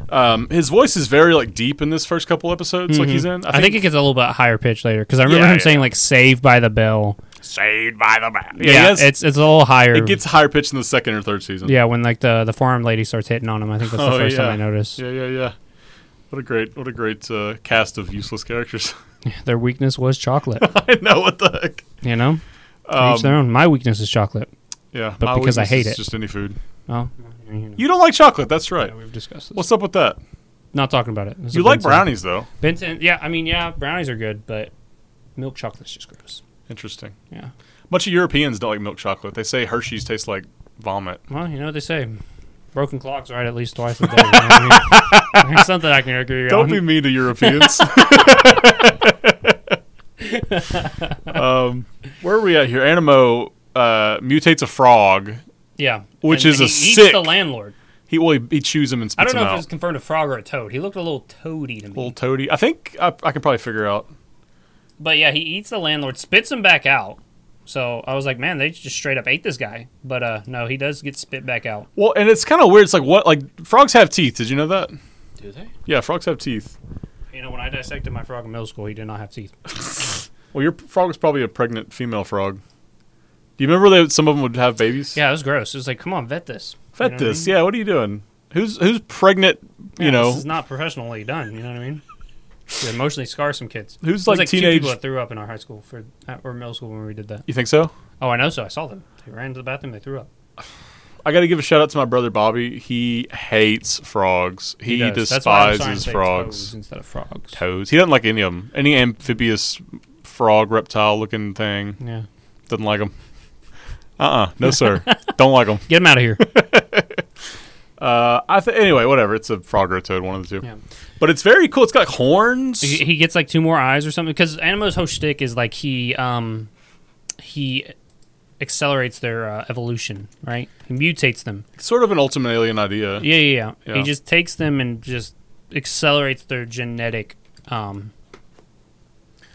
A: um, his voice is very like deep in this first couple episodes. Like he's in.
B: Mm-hmm. I think, it gets a little bit higher pitch later because I remember
A: Hmm. Yeah,
B: him
A: yeah.
B: saying like "Saved by the Bell."
A: saved by the bell. Yeah,
B: Yeah,
A: he has-
B: it's it's a little higher.
A: it gets higher pitched in the second or third season.
B: yeah, when like the the forearm lady starts hitting on him, I think that's the
A: Oh,
B: first
A: yeah.
B: time I noticed.
A: yeah, yeah, yeah. What a great, what a great uh, cast of useless characters. [laughs]
B: Their weakness was chocolate.
A: I know what the heck.
B: you know, To
A: Um,
B: each their own. My weakness is chocolate.
A: yeah,
B: but
A: my
B: because I
A: weakness
B: hate
A: is
B: it.
A: just any food.
B: Oh,
A: You don't like chocolate. That's right.
B: we've discussed this.
A: What's up with that?
B: Not talking about it. This is
A: You
B: a
A: like
B: Benson.
A: brownies though.
B: Benson, yeah, I mean, yeah, brownies are good, but milk chocolate's just gross.
A: Interesting.
B: Yeah.
A: Bunch of Europeans don't like milk chocolate. They say Hershey's tastes like vomit.
B: Well, you know what they say. Broken clocks right at least twice a day. you know what I [laughs] mean? There's something I can agree
A: Don't
B: on.
A: be mean to
B: [laughs]
A: Europeans. um, where are we at here? Animo uh, mutates a frog.
B: yeah.
A: Which is
B: he
A: a
B: eats
A: sick-
B: the landlord.
A: He well, he, he chews him and
B: I
A: spits
B: don't know
A: him
B: if
A: out.
B: it was confirmed a frog or a toad. He looked a little toady to me.
A: Little toady. I think I, I can probably figure out.
B: But yeah, he eats the landlord, spits him back out. So I was like, man, they just straight up ate this guy. But uh no, he does get spit back out.
A: Well, and it's kind of weird. It's like what? Like frogs have teeth. Did you know that?
B: Do they?
A: Yeah, frogs have teeth.
B: You know, when I dissected my frog in middle school, he did not have teeth.
A: Well, your frog was probably a pregnant female frog. Do you remember that some of them would have babies?
B: Yeah, it was gross. It was like, come on, vet this. You know
A: Fet
B: what I
A: this.
B: mean?
A: Yeah. What are you doing? Who's who's pregnant? You
B: Yeah,
A: know,
B: this is not professionally done. You know what I mean? To emotionally scar some kids.
A: Who's,
B: There was,
A: like,
B: two
A: teenage-
B: people that threw up in our high school for or middle school when we did that?
A: you think so?
B: Oh, I know. So I saw them. They ran to the bathroom. They threw up.
A: I got to give a shout out to my brother Bobby. He hates frogs. He,
B: does. That's why I'm starting
A: despises
B: to say
A: frogs.
B: toads instead of frogs.
A: Toads. He doesn't like any of them. Any amphibious frog, reptile looking thing
B: Yeah,
A: doesn't like them. Uh uh No
B: [laughs]
A: sir. Don't like them.
B: get them out of
A: [laughs]
B: here.
A: Uh, I th- anyway, whatever. It's a frog or a toad, one of the two.
B: Yeah.
A: But it's very cool. It's got like
B: [laughs]
A: horns.
B: he, he gets like two more eyes or something because Animo's whole shtick is like he um he accelerates their uh, evolution, right? He mutates them.
A: sort of an ultimate alien idea.
B: Yeah, yeah, yeah.
A: Yeah.
B: He just takes them and just accelerates their genetic um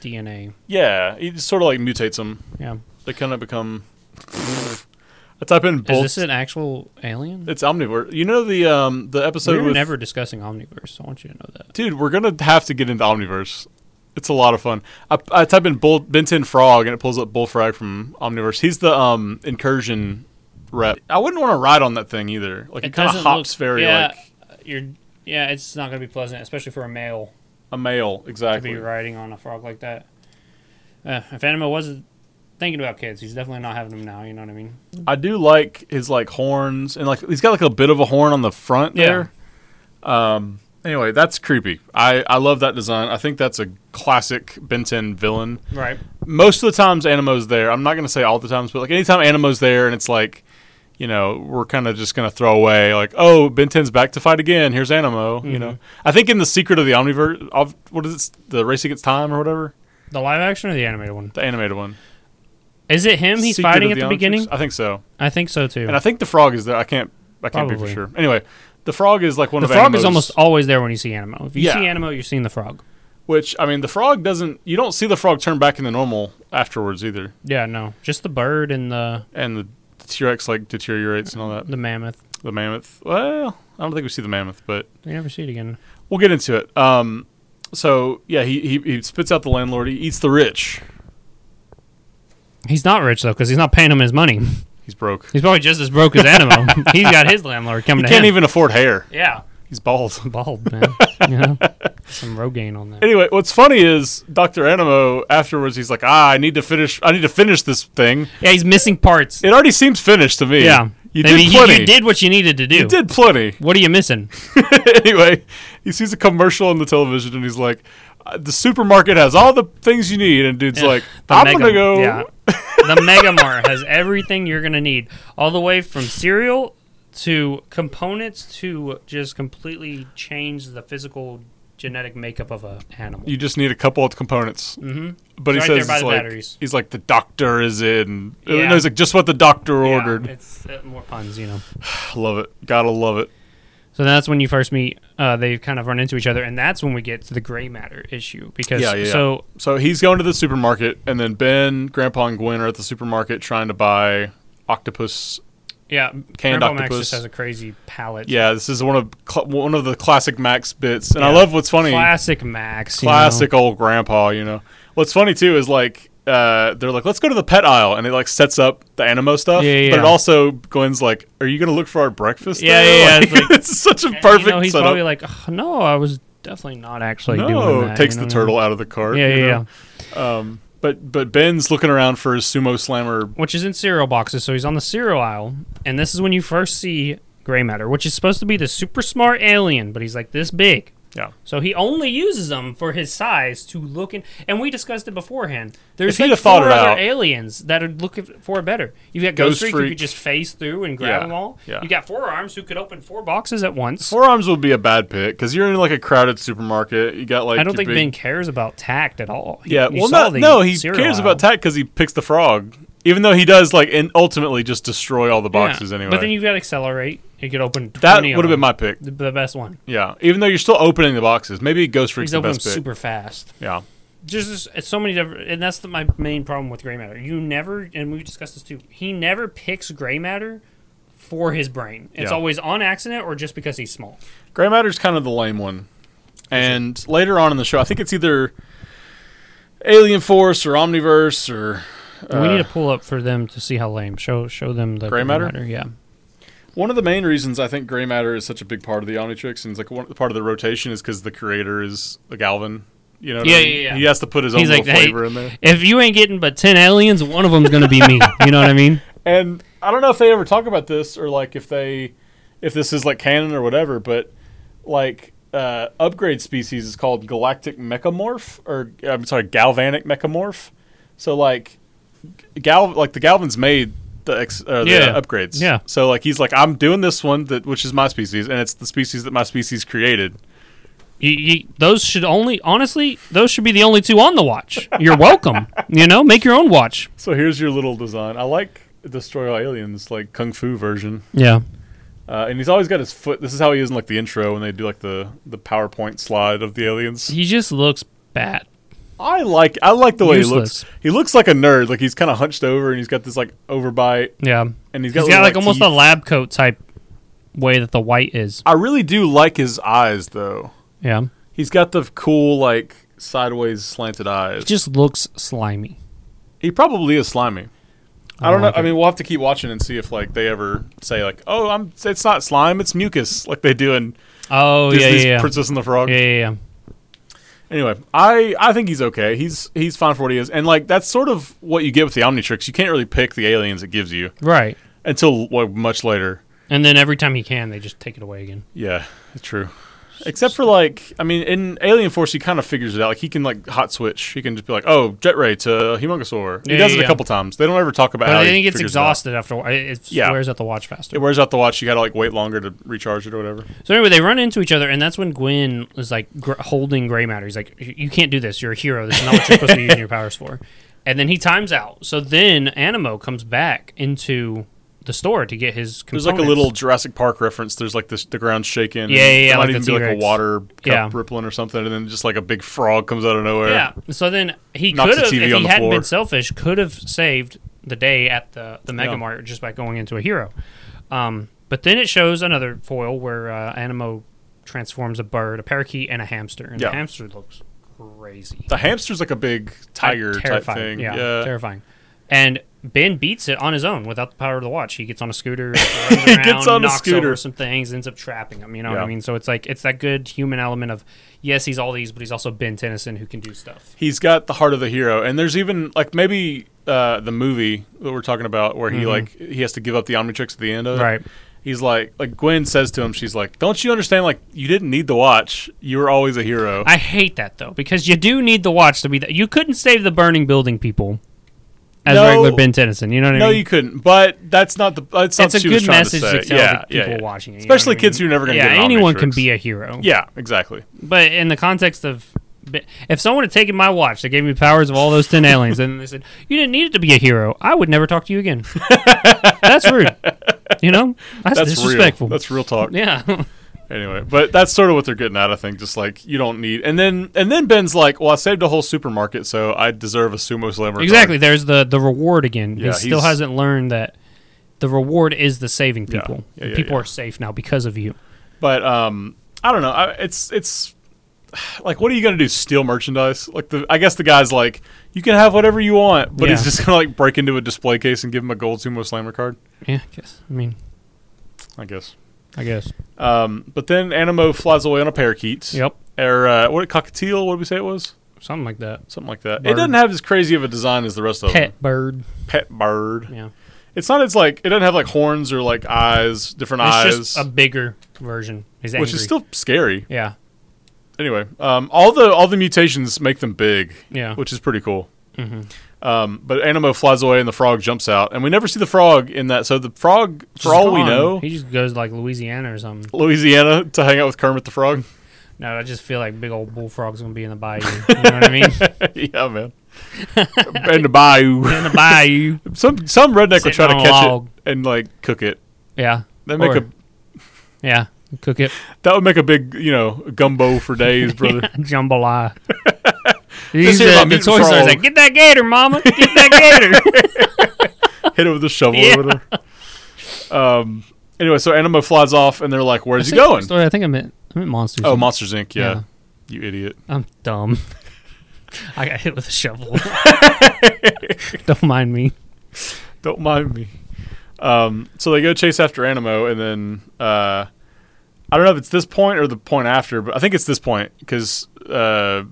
B: DNA.
A: Yeah, he just sort of like mutates them.
B: Yeah.
A: They kind of
B: [laughs]
A: become. I type in
B: Is
A: both.
B: this an actual alien?
A: it's omnivore. You know the um the episode
B: we were
A: with
B: never discussing Omniverse. I want you to know that.
A: dude, we're gonna have to get into Omniverse. It's a lot of fun. I, I type in Bull Benton Frog and it pulls up Bullfrog from Omniverse. He's the um incursion rep. I wouldn't want to ride on that thing either. Like it, kind of
B: doesn't
A: hops
B: look-
A: very
B: yeah,
A: like
B: you're yeah, it's not going to be pleasant, especially for a male
A: a male
B: to
A: exactly.
B: be riding on a frog like that. Uh, if Animo wasn't thinking about kids, he's definitely not having them now. You know what I mean?
A: I do like his like horns and like he's got like a bit of a horn on the front
B: Yeah.
A: there. Um. Anyway, that's creepy. I I love that design. I think that's a classic Benton villain.
B: Right.
A: most of the times Animo's there. I'm not going to say all the times, but like anytime Animo's there and it's like, you know, we're kind of just going to throw away like, oh, Ben 10's back to fight again. Here's Animo,
B: Mm-hmm.
A: you know. I think in The Secret of the Omniverse, of, what is it? The Race Against Time or whatever?
B: The live action or the animated one?
A: The animated one.
B: Is it him? He's
A: Secret
B: fighting
A: of
B: at the
A: Omniverse?
B: beginning.
A: I think so.
B: I think so too.
A: And I think the frog is there. I can't I can't be for
B: Probably.
A: sure. Anyway, the frog is like one
B: the
A: of
B: frog
A: Animo's,
B: is almost always there when you see Animo. If you
A: Yeah.
B: see Animo, you're seeing the frog.
A: which I mean, the frog doesn't you don't see the frog turn back into normal afterwards either.
B: Yeah, no, just the bird and the
A: And the T-Rex like deteriorates and all that.
B: the mammoth.
A: The mammoth. Well, I don't think we see the mammoth, but
B: You never see it again.
A: We'll get into it. Um, so yeah, he, he he spits out the landlord. He eats the rich.
B: He's not rich though because he's not paying him his money. [laughs]
A: He's broke.
B: He's probably just as broke as [laughs] Animo. he's got his landlord
A: He
B: coming. to
A: can't
B: him.
A: even afford hair.
B: Yeah,
A: He's bald. [laughs]
B: bald [laughs] man. you know? Some Rogaine on that.
A: Anyway, what's funny is Doctor Animo. Afterwards, he's like, "Ah, I need to finish. I need to finish this thing.
B: Yeah, he's missing parts.
A: It already seems finished to me.
B: Yeah.
A: you
B: I
A: did
B: mean, you-
A: plenty.
B: You, did what you needed to do.
A: You did plenty. [laughs]
B: What are you missing?
A: anyway, he sees a commercial on the television and he's like, "Uh, "The supermarket has all the things you need." And dude's like,
B: The
A: "I'm
B: Mega-
A: gonna go."
B: Yeah. the Megamart
A: [laughs]
B: has everything you're going to need, all the way from cereal to components to just completely change the physical genetic makeup of a animal.
A: You just need a couple of components. Mm-hmm. But
B: It's
A: he
B: right
A: says
B: there by
A: it's
B: the
A: like
B: batteries.
A: he's like the doctor is in.
B: Yeah.
A: And it's like just what the doctor
B: Yeah,
A: ordered.
B: it's uh, more puns, you know.
A: [laughs] love it. Gotta love it.
B: So that's when you first meet. Uh, they kind of run into each other, and that's when we get to the gray matter issue because
A: Yeah, yeah, yeah.
B: so
A: So he's going to the supermarget, and then Ben, Grandpa, and Gwen are at the supermarket trying to buy octopus.
B: yeah,
A: Canned
B: Grandpa Max
A: octopus.
B: just has a crazy palate.
A: Yeah, this is one of cl- one of the classic Max bits, and I
B: Yeah.
A: love what's funny.
B: classic Max, you know.
A: classic old grandpa, you know. What's funny too is like uh, they're like, let's go to the pet aisle, and it like sets up the animo stuff.
B: Yeah, yeah,
A: But it
B: yeah.
A: also Gwen's like, are you gonna look for our breakfast?
B: Yeah,
A: there?"
B: yeah, yeah,
A: Like,
B: it's
A: [laughs]
B: like-
A: it's such a
B: And,
A: perfect
B: You know, he's
A: setup.
B: probably like, "Ugh, no, I was definitely not actually doing
A: no,
B: that.
A: takes
B: you
A: the
B: know?
A: turtle out of the cart.
B: Yeah,
A: you
B: yeah,
A: know?
B: yeah.
A: Um, But but Ben's looking around for his sumo slammer.
B: which is in cereal boxes. So he's on the cereal aisle, and this is when you first see gray matter, which is supposed to be the super smart alien, but he's like this big.
A: Yeah.
B: So he only uses them for his size to look in, and we discussed it beforehand. There's
A: If he'd
B: like
A: have thought
B: four
A: it
B: other
A: out-
B: aliens that are looking for it better. You've got
A: Ghost
B: Ghost, Freak, who
A: Freak.
B: could just phase through and grab
A: Yeah,
B: them all.
A: yeah.
B: You've got Forearms, who could open four boxes at once.
A: Forearms would be a bad pick because you're in like a crowded supermarket. You got like
B: I don't
A: your
B: think
A: big-
B: Ben cares about tact at all. He-
A: Yeah,
B: you
A: well,
B: saw
A: no,
B: the
A: no, he
B: cereal
A: cares
B: aisle.
A: about tact because he picks the frog. Even though he does like and ultimately just destroy all the
B: Yeah,
A: boxes anyway.
B: But then you've got Accelerate. You could open
A: that
B: 20 of
A: would have been
B: them.
A: my pick.
B: the, the best one.
A: Yeah, even though you're still opening the boxes, maybe Ghost Freak's
B: He's
A: the
B: opening them
A: best pick.
B: super fast.
A: yeah,
B: Just just- it's so many different, and that's the, my main problem with gray matter. You never, and we discussed this too. He never picks gray matter for his brain. It's
A: Yeah.
B: always on accident or just because he's small.
A: Gray Matter's kind of the lame one. And later on in the show, I think it's either Alien Force or Omniverse or
B: we need to pull up for them to see how lame. Show show them the
A: Uh, Gray gray matter?
B: Yeah,
A: One of the main reasons I think gray matter is such a big part of the Omnitrix and it's like one part of the rotation is because the creator is a Galvin. You know, what I
B: Yeah,
A: mean?
B: yeah, yeah.
A: He has to put his
B: He's
A: own
B: like,
A: little
B: "Hey."
A: flavor in there.
B: if you ain't getting but ten aliens, one of them's gonna be me. You know what I [laughs] mean?
A: And I don't know if they ever talk about this or like if they, if this is like canon or whatever, but like uh, upgrade species is called galactic mechamorph or I'm sorry, galvanic mechamorph. So like, Gal like the Galvins made the ex uh, the
B: Yeah.
A: upgrades.
B: Yeah.
A: So like he's like I'm doing this one that which is my species and it's the species that my species created.
B: You, you, those should only, honestly, those should be the only two on the watch. You're welcome. you know, make your own watch.
A: So here's your little design. I like Destroy All Aliens, like Kung Fu version.
B: Yeah.
A: Uh, and he's always got his foot. This is how he is in like the intro when they do like the the PowerPoint slide of the aliens.
B: He just looks bad.
A: I like I like the way
B: Useless.
A: he looks. He looks like a nerd. Like he's kind of hunched over and he's got this like overbite
B: Yeah.
A: and he's got,
B: He's
A: little,
B: got like almost
A: teeth.
B: a lab coat type way that the white is.
A: I really do like his eyes though.
B: Yeah.
A: He's got the cool like sideways slanted eyes.
B: It just looks slimy.
A: He probably is slimy. I
B: don't
A: don't know.
B: like
A: I
B: it.
A: mean, we'll have to keep watching and see if like they ever say like, "Oh, I'm it's not slime, it's mucus," like they do in
B: Oh, yeah,
A: Disney's
B: yeah, yeah.
A: Princess and the Frog.
B: yeah, yeah, yeah.
A: Anyway, I I think he's okay. He's he's fine for what he is, and like that's sort of what you get with the Omnitrix. You can't really pick the aliens it gives you
B: Right.
A: until well, much later.
B: And then every time he can, they just take it away again.
A: Yeah, it's true. Except for like, I mean, in Alien Force, he kind of figures it out. Like he can like hot switch. He can just be like, "Oh, jet ray to Humongousaur." He
B: Yeah,
A: does
B: yeah,
A: it a
B: yeah.
A: couple times. They don't ever talk about.
B: But
A: how
B: then
A: he
B: he gets
A: figures it out.
B: exhausted after a while. It it
A: Yeah.
B: wears out the watch faster.
A: It wears out the watch. You got to like wait longer to recharge it or whatever.
B: So anyway, they run into each other, and that's when Gwen is like gr- holding gray matter. He's like, "You you can't do this. You're a hero. This is not what you're supposed to be using your powers [laughs] for." And then he times out. So then Animo comes back into the store to get his.
A: There's
B: Components.
A: like a little Jurassic Park reference. There's like this the ground shaking. and
B: Yeah, yeah, yeah,
A: It might
B: like the
A: even be like a
B: T-Rex.
A: water cup
B: Yeah.
A: rippling or something, and then just like a big frog comes out of nowhere.
B: yeah. So then he
A: Knocks
B: could
A: the
B: have, if
A: TV
B: he
A: on the
B: hadn't
A: floor.
B: been selfish, could have saved the day at the the Mega
A: Yeah.
B: Mart just by going into a hero. Um, but then it shows another foil where uh, Animo transforms a bird, a parakeet, and a hamster, and
A: Yeah.
B: the hamster looks crazy.
A: The hamster's like a big tiger type
B: terrifying.
A: thing.
B: Yeah,
A: Yeah,
B: terrifying. And Ben beats it on his own without the power of the watch. He gets on
A: [laughs]
B: a scooter, runs around,
A: gets on a
B: knocks
A: scooter.
B: over some things, ends up trapping him. You know what
A: Yeah.
B: I mean? So it's like it's that good human element of yes, he's all these, but he's also Ben Tennyson who can do stuff.
A: he's got the heart of the hero, and there's even like maybe uh, the movie that we're talking about where he like he has to give up the Omnitrix at the end of it.
B: Mm-hmm. Right.
A: He's like like Gwen says to him, she's like, "Don't you understand? Like you didn't need the watch. You were always a hero."
B: I hate that though because you do need the watch to be that. You couldn't save the burning building people as
A: No.
B: regular Ben Tennyson. You know what I
A: No,
B: mean?
A: you couldn't. But that's not the. That's not
B: it's a
A: what she was
B: good
A: trying
B: message
A: to, say.
B: to, tell
A: yeah,
B: the
A: yeah,
B: people
A: yeah.
B: watching it. you know what
A: Especially
B: I
A: kids
B: mean?
A: who are never going to
B: yeah,
A: get an
B: anyone can
A: Omnitrix.
B: be a hero.
A: Yeah, exactly.
B: But in the context of, if someone had taken my watch that gave me powers of all those ten aliens, and they said you didn't need it to be a hero, I would never talk to
A: [laughs]
B: you again. that's rude. You know, that's,
A: That's
B: disrespectful.
A: Real. That's real talk.
B: yeah,
A: Anyway, but that's sort of what they're getting at. I think just like you don't need, and then and then Ben's like, "Well, I saved a whole supermarket, so I deserve a sumo slammer." guard."
B: exactly. There's the the reward again.
A: Yeah,
B: he still
A: he's-
B: hasn't learned that the reward is the saving
A: Yeah.
B: people.
A: Yeah, yeah,
B: people
A: yeah.
B: are safe now because of you.
A: But um, I don't know. I, it's it's like, what are you gonna do? Steal merchandise? Like the, I guess the guy's like, you can have whatever you want, but he's
B: Yeah.
A: just gonna like break into a display case and give him a gold sumo slammer card.
B: Yeah, I guess. I mean,
A: I guess.
B: I guess.
A: Um, but then Animo flies away on a parakeet.
B: Yep.
A: Or uh, what? Cockatiel? What did we say it was?
B: something like that.
A: something like that. It
B: Bird.
A: doesn't have as crazy of a design as the rest of them.
B: Pet bird.
A: Pet bird.
B: Yeah,
A: It's not. It's like it doesn't have like horns or like eyes, different eyes,
B: it's just a bigger version. He's angry.
A: which is still scary.
B: yeah,
A: Anyway, um, all the all the mutations make them big,
B: yeah.
A: which is pretty cool.
B: Mhm.
A: Um, but Animo flies away and the frog jumps out, and we never see the frog in that. So the frog,
B: Just
A: for all we
B: gone.
A: know,
B: he just goes to, like Louisiana or something.
A: Louisiana to hang out with Kermit the Frog. [laughs]
B: No, I just feel like big old bullfrog's gonna be in the bayou. You know what
A: [laughs]
B: I mean?
A: yeah,
B: [laughs]
A: man. and the bayou.
B: in the bayou.
A: Some some redneck would
B: Sitting
A: try to
B: on a
A: catch
B: log.
A: it and like cook it.
B: Yeah,
A: That make
B: Or-
A: a
B: yeah. Cook it, [laughs]
A: that would make a big you know gumbo for days, brother. [laughs]
B: jambalaya. He's
A: hear about
B: the,
A: meat
B: the toy store's
A: frog.
B: like, get that gator, mama. Get that gator.
A: Hit it with a shovel
B: Yeah.
A: or whatever. Um. Anyway, so Animo flies off, and they're like, "Where's he going?"
B: Story, I think I meant I meant monsters.
A: Oh, Monsters Inc. Yeah.
B: Yeah.
A: you idiot.
B: I'm dumb. [laughs] I got hit with
A: [laughs]
B: a shovel. Don't mind me.
A: Don't mind me. Um. So they go chase after Animo, and then uh, I don't know if it's this point or the point after, but I think it's this point because uh,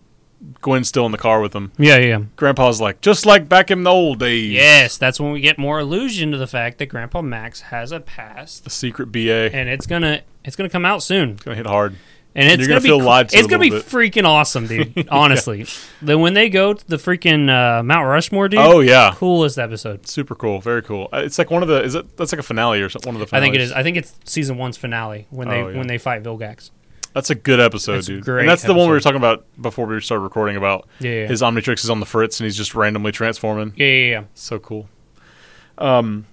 A: Gwen's still in the car with them.
B: Yeah, yeah.
A: Grandpa's like, just like back in the old days.
B: Yes, that's when we get more allusion to the fact that Grandpa Max has a past,
A: The secret BA.
B: and it's gonna it's gonna come out soon,
A: It's gonna hit hard.
B: and it's
A: You're
B: gonna,
A: gonna
B: be
A: feel
B: cr-
A: lied to
B: It's
A: a
B: gonna be
A: little
B: freaking
A: [laughs]
B: awesome, dude. Honestly, then when they go to the freaking uh, Mount Rushmore, dude.
A: Oh yeah.
B: coolest episode.
A: Super cool, very cool. Uh, It's like one of the is it that's like a finale or something. One of the
B: I
A: finales.
B: think it is. I think it's season one's finale when they
A: Oh, yeah.
B: when they fight Vilgax.
A: That's a good episode,
B: It's a
A: dude.
B: great
A: and that's the one we were
B: episode.
A: talking about before we started recording about
B: Yeah, yeah,
A: his Omnitrix is on the fritz and he's just randomly transforming.
B: yeah, yeah, yeah.
A: So cool. Um,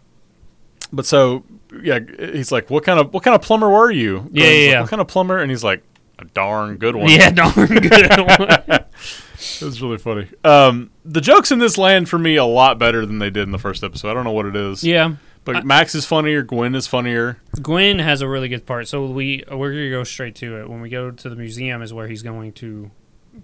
A: but so yeah, he's like, "What kind of what kind of plumber were you?" Gordon's
B: Yeah, yeah,
A: like,
B: yeah.
A: What kind of plumber? And he's like, "A darn good one."
B: Yeah, darn good.
A: [laughs] it was really funny. Um, the jokes in this land for me a lot better than they did in the first episode. I don't know what it is.
B: yeah.
A: But Max is funnier. Gwen is funnier.
B: Gwen has a really good part. So we we're gonna go straight to it. When we go to the museum, is where he's going to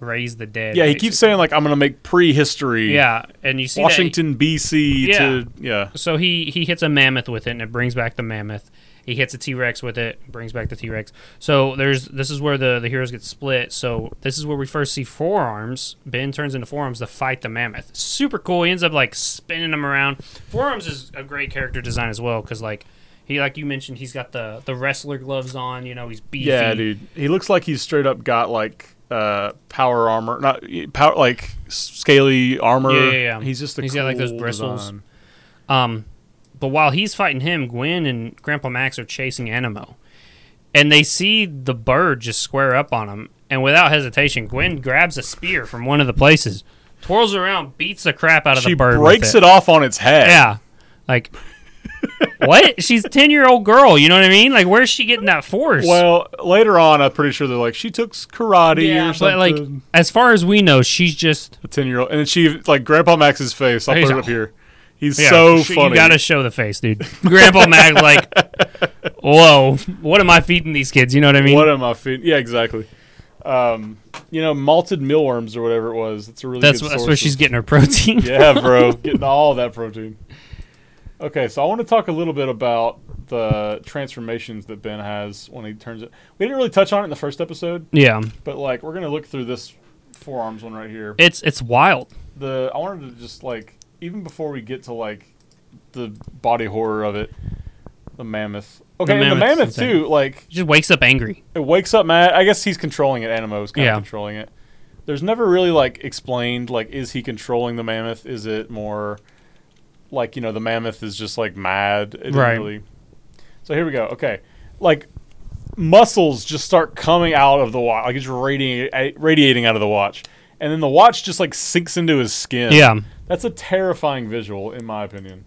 B: raise the dead.
A: Yeah, he keeps
B: basically.
A: saying like, "I'm gonna make prehistory."
B: Yeah, and you see that-
A: Washington D.C.
B: Yeah.
A: to yeah.
B: so he he hits a mammoth with it, and it brings back the mammoth. He hits a T Rex with it, brings back the T Rex. So there's this is where the the heroes get split. So this is where we first see forearms. Ben turns into forearms to fight the mammoth. Super cool. He ends up like spinning them around. Forearms is a great character design as well because like. He, like you mentioned, he's got the, the wrestler gloves on. You know, he's beefy.
A: Yeah, dude. He looks like he's straight up got like uh power armor, not power like scaly armor.
B: Yeah, yeah, yeah.
A: He's just a
B: He's got, like, those
A: cool
B: bristles.
A: design.
B: Um, but while he's fighting him, Gwen and Grandpa Max are chasing Animo, and they see the bird just square up on him. And without hesitation, Gwen grabs a spear from one of the places, twirls it around, beats the crap out of
A: She
B: the bird. with
A: breaks it off on its head.
B: Yeah, like what? She's a ten year old girl. You know what I mean? Like, where's she getting that force?
A: Well, later on, I'm pretty sure they're like she took karate
B: yeah,
A: or
B: but
A: something.
B: like, as far as we know, she's just
A: a ten year old, and then she like Grandpa Max's face. I'll
B: He's
A: put it
B: like,
A: up here. He's
B: Yeah,
A: so
B: sh-
A: funny.
B: You gotta show the face, dude. Grandpa Mag like,
A: [laughs]
B: whoa, what am I feeding these kids? You know what I mean?
A: what am I feeding? Yeah, exactly. Um, you know, malted mealworms or whatever it was. That's a really
B: that's
A: good
B: wh- that's
A: source
B: where
A: of-
B: she's getting her
A: [laughs]
B: protein. [laughs]
A: Yeah, bro, getting all that protein. Okay, so I want to talk a little bit about the transformations that Ben has when he turns it. We didn't really touch on it in the first episode,
B: yeah,
A: but like we're gonna look through this forearms one right here.
B: it's it's wild.
A: the I wanted to just like even before we get to like the body horror of it, the mammoth. Okay, and the
B: mammoth's
A: mammoth
B: insane.
A: too. Like
B: She just wakes up angry.
A: it wakes up Matt. I guess he's controlling it. Animo is kind
B: Yeah.
A: of controlling it. There's never really like explained like is he controlling the mammoth? Is it more like you know the mammoth is just like mad? It didn't
B: Right.
A: really- So here we go. Okay, like muscles just start coming out of the watch, like it's radiating radiating out of the watch, and then the watch just like sinks into his skin.
B: Yeah,
A: That's a terrifying visual, in my opinion.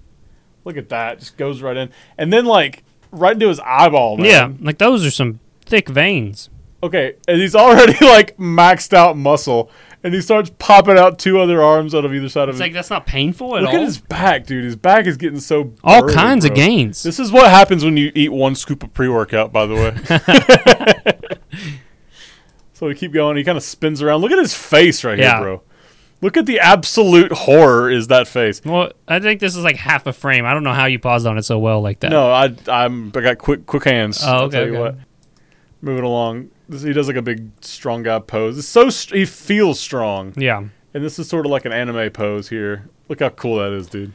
A: Look at that; just goes right in, and then like right into his eyeball. Man.
B: yeah. Like those are some thick veins.
A: Okay, and he's already [laughs] like maxed out muscle, and he starts popping out two other arms out of either side
B: It's
A: of him.
B: like that's not painful at
A: Look
B: all.
A: at his back, dude. His back is getting so
B: all
A: burly,
B: kinds of
A: bro.
B: gains.
A: This is what happens when you eat one scoop of pre-workout. By the way. [laughs]
B: [laughs]
A: so we keep going. He kind of spins around. Look at his face right
B: Yeah.
A: here, bro. Look at the absolute horror is that face.
B: well, I think this is like half a frame. I don't know how you paused on it so well like that.
A: No, I I'm I got quick quick hands.
B: Oh, okay, okay.
A: Moving along. he does like a big strong guy pose. It's so st- he feels strong,
B: Yeah.
A: and this is sort of like an anime pose here. Look how cool that is, dude.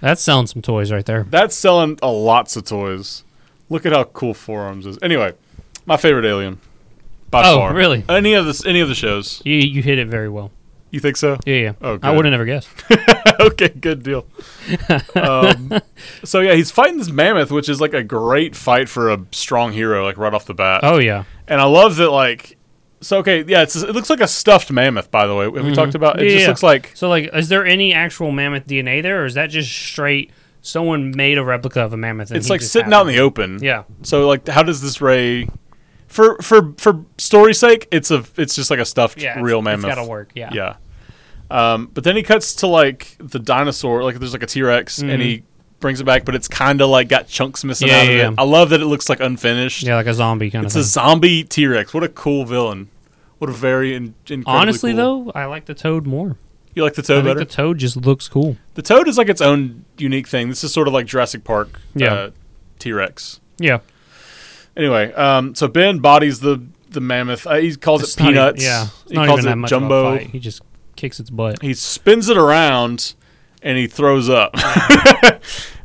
B: That's selling some toys right there.
A: That's selling a lots of toys. Look at how cool Forearms is. Anyway, my favorite alien by
B: Oh,
A: far.
B: really?
A: Any of this? Any of the shows?
B: You, you hit it very well.
A: You think so? [laughs]
B: Yeah, yeah.
A: Oh,
B: I
A: good.
B: would have never guessed.
A: okay, good
B: [laughs]
A: deal. um, so yeah, he's fighting this mammoth, which is like a great fight for a strong hero, like right off the bat.
B: Oh, yeah.
A: And I love that, like, so okay, yeah, it's, it looks like a stuffed mammoth. By the way, have we talked about? [laughs] It
B: Mm-hmm. Yeah,
A: just
B: yeah.
A: looks like
B: So, like, is there any actual mammoth DNA there, or is that just straight someone made a replica of a mammoth? And
A: it's like sitting out in the open.
B: Yeah.
A: So like, how does this ray? For for for story's sake, it's a it's just like a stuffed
B: Yeah.
A: real
B: it's-
A: mammoth.
B: It's gotta work. Yeah.
A: Yeah. Um, but then he cuts to like the dinosaur, like there's like a T Rex, and he brings it back, but it's kind of like got chunks missing
B: Mm-hmm. Yeah,
A: out of
B: yeah,
A: it.
B: yeah.
A: I love that it looks like unfinished.
B: Yeah, like a zombie kind
A: It's
B: of
A: a
B: thing.
A: zombie T Rex. What a cool villain. What a very in- incredibly
B: Honestly,
A: cool-
B: though, I like the toad more.
A: you like the
B: I
A: toad
B: think
A: better.
B: the toad just looks cool.
A: the toad is like its own unique thing. This is sort of like Jurassic Park.
B: Yeah.
A: Uh, T Rex.
B: Yeah.
A: Anyway, um, so Ben bodies the the mammoth. Uh, he calls
B: It's
A: it
B: not even-
A: peanuts.
B: yeah. It's
A: he
B: not
A: calls
B: even
A: it
B: that much of a
A: jumbo.
B: fight. He just kicks its butt.
A: he spins it around and he throws up. [laughs]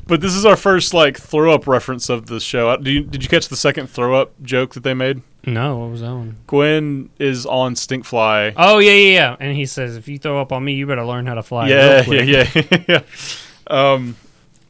A: but this is our first like throw up reference of the show. Uh, Do you, did you catch the second throw up joke that they made?
B: No, what was that one?
A: Gwen is on Stinkfly.
B: Oh yeah, yeah, yeah. And he says, if you throw up on me, you better learn how to fly.
A: yeah,
B: real quick."
A: yeah, yeah, [laughs] yeah. Um,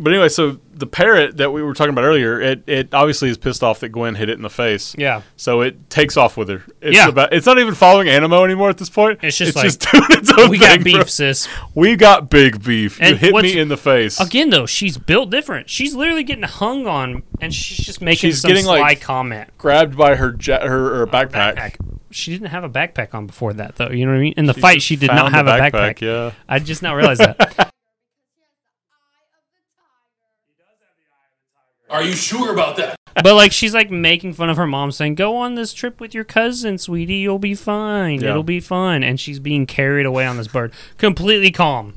A: but anyway, so the parrot that we were talking about earlier, it it obviously is pissed off that Gwen hit it in the face.
B: yeah.
A: So it takes off with her. It's
B: Yeah.
A: about, it's not even following Animo anymore at this point.
B: It's
A: it's
B: just like,
A: just [laughs] doing its own
B: We
A: thing,
B: got beef,
A: bro.
B: sis.
A: We got big beef.
B: And
A: you hit
B: what's-
A: me in the face.
B: Again, though, she's built different. She's literally getting hung on, and she's just making
A: She's
B: some
A: getting,
B: sly
A: like,
B: comment.
A: grabbed by her ja- her, her backpack.
B: Backpack. She didn't have a backpack on before that, though. You know what I mean? In the fight, she did not have
A: Found
B: a backpack.
A: Yeah.
B: I just now realized that.
A: [laughs]
C: Are you sure about that?
B: but like, she's like making fun of her mom, saying, "Go on this trip with your cousin, sweetie. You'll be fine.
A: Yeah.
B: It'll be fun." And she's being carried away on this bird, completely calm.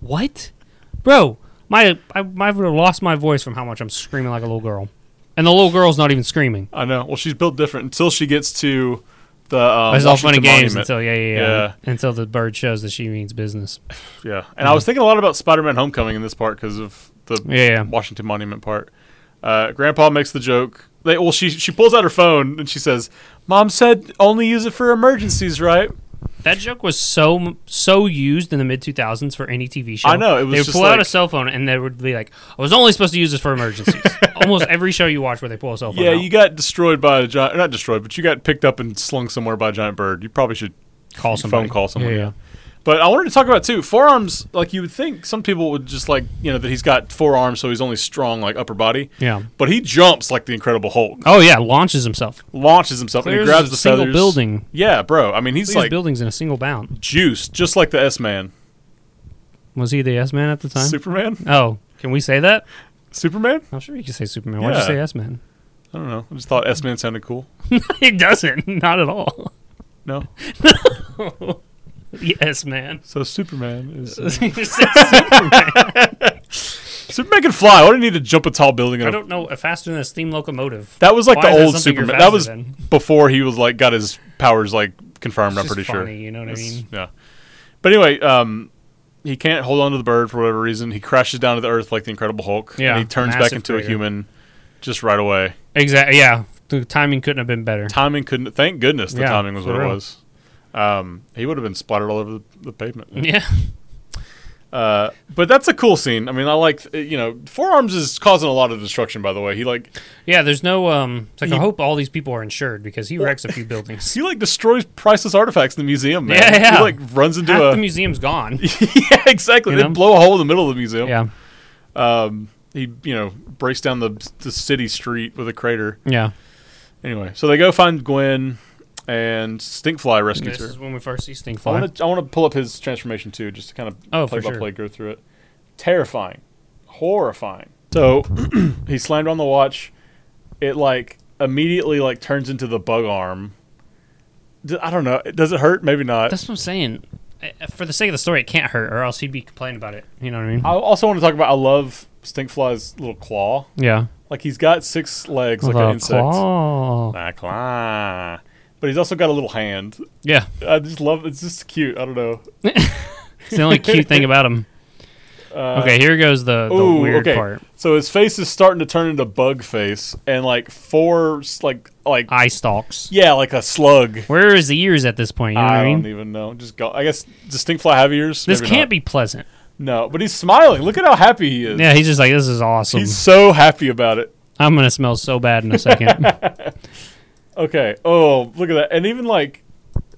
B: What, bro? My I, I would have lost my voice from how much I'm screaming like a little girl, and the little girl's not even screaming.
A: I know. Well, she's built different until she gets to the. Um,
B: it's all fun
A: Washington
B: and games
A: Monument.
B: until yeah, yeah, yeah,
A: Yeah.
B: until the bird shows that she means business.
A: yeah, and I was thinking a lot about Spider-Man: Homecoming in this part because of the
B: Yeah, yeah.
A: Washington Monument part. Uh, Grandpa makes the joke. They, well, she she pulls out her phone and she says, "Mom said only use it for emergencies, right?"
B: That joke was so so used in the mid 2000s for any TV show.
A: I know, it was
B: they would
A: just
B: pull out a
A: like-
B: cell phone and they would be like, "I was only supposed to use this
A: [laughs]
B: for emergencies." Almost every show you watch where they pull a cell phone.
A: Yeah,
B: out.
A: you got destroyed by a giant. Not destroyed, but you got picked up and slung somewhere by a giant bird. You probably should
B: call somebody.
A: phone call someone.
B: Yeah,
A: Yeah,
B: yeah.
A: But I wanted to talk about too forearms. Like you would think, some people would just like you know that he's got four arms, so he's only strong like upper body.
B: Yeah.
A: But he jumps like the Incredible Hulk,
B: Oh yeah, launches himself.
A: launches himself, and he
B: Clears
A: grabs
B: a
A: the
B: single
A: feathers.
B: building.
A: Yeah, bro. I mean, he's
B: These
A: like
B: buildings in a single bound.
A: juiced, just like the S Man,
B: Was he the S man at the time?
A: Superman,
B: oh, can we say that?
A: Superman.
B: I'm sure you can say Superman. Why'd you
A: Yeah.
B: say S [laughs] man?
A: I don't know. I just thought S Man sounded cool.
B: it doesn't. Not at all. [laughs]
A: No,
B: Yes, man. [laughs]
A: so Superman is uh,
B: You said Superman.
A: Superman can fly. Why do you need to jump a tall building?
B: I
A: And a,
B: don't know. A faster than a steam locomotive.
A: that was like
B: Why is
A: the
B: that
A: old
B: something you're
A: Superman. That
B: faster
A: was
B: than?
A: before he was like got his powers like confirmed. I'm
B: It's just
A: pretty sure.
B: funny, You know what I
A: It's-
B: mean?
A: Yeah. But anyway, um, he can't hold on to the bird for whatever reason. He crashes down to the earth like the Incredible Hulk.
B: Yeah,
A: And he turns back
B: massive
A: into a
B: crater.
A: human just right away.
B: Exactly. Yeah, the timing couldn't have been better.
A: Timing couldn't. Thank goodness the
B: Yeah,
A: timing was
B: for
A: what it
B: real.
A: was. Um, he would have been splattered all over the, the pavement.
B: [laughs] Yeah,
A: Uh, but that's a cool scene. I mean, I like uh, you know, forearms is causing a lot of destruction. By the way, he like
B: yeah. There's no. Um, it's like
A: He-
B: I hope all these people are insured because he wrecks a few buildings.
A: [laughs] he like destroys priceless artifacts in the museum. Man.
B: Yeah, yeah.
A: He like runs into
B: Half
A: a
B: the
A: [laughs]
B: museum's gone.
A: yeah, exactly.
B: You
A: They
B: know?
A: blow a hole in the middle of the museum.
B: yeah,
A: Um, he you know breaks down the the city street with a crater.
B: yeah.
A: Anyway, so they go find Gwen, and Stinkfly rescues
B: This
A: her.
B: is when we first see
A: I
B: Stinkfly.
A: want to I want to pull up his transformation too, just to kind of
B: Oh,
A: play
B: for
A: by
B: sure.
A: play go through it. Terrifying, horrifying. So [clears throat] he slammed on the watch. It like immediately like turns into the bug arm. D- I don't know. Does it hurt? Maybe not.
B: That's what I'm saying. I- For the sake of the story, it can't hurt, or else he'd be complaining about it. You know what I mean?
A: I also want to talk about. I love Stinkfly's little claw.
B: yeah.
A: Like he's got six legs, like an insect.
B: claw.
A: Nah, claw. but he's also got a little hand.
B: Yeah,
A: I just love it's just cute. I don't know.
B: it's the only cute thing about him.
A: [laughs] Uh,
B: Okay, here goes the, the
A: ooh,
B: weird
A: okay.
B: part.
A: So his face is starting to turn into bug face, and like four, s- like like
B: Eye stalks.
A: yeah, like a slug.
B: Where is the ears at this point? You know what
A: I
B: I mean?
A: don't even know. Just go. I guess distinct fly have ears.
B: This
A: Maybe
B: can't
A: not.
B: be pleasant.
A: No, but he's smiling. Look at how happy he is.
B: Yeah, he's just like, this is awesome.
A: he's so happy about it.
B: I'm gonna smell so bad in
A: [laughs]
B: a second.
A: Okay. Oh, look at that. And even like,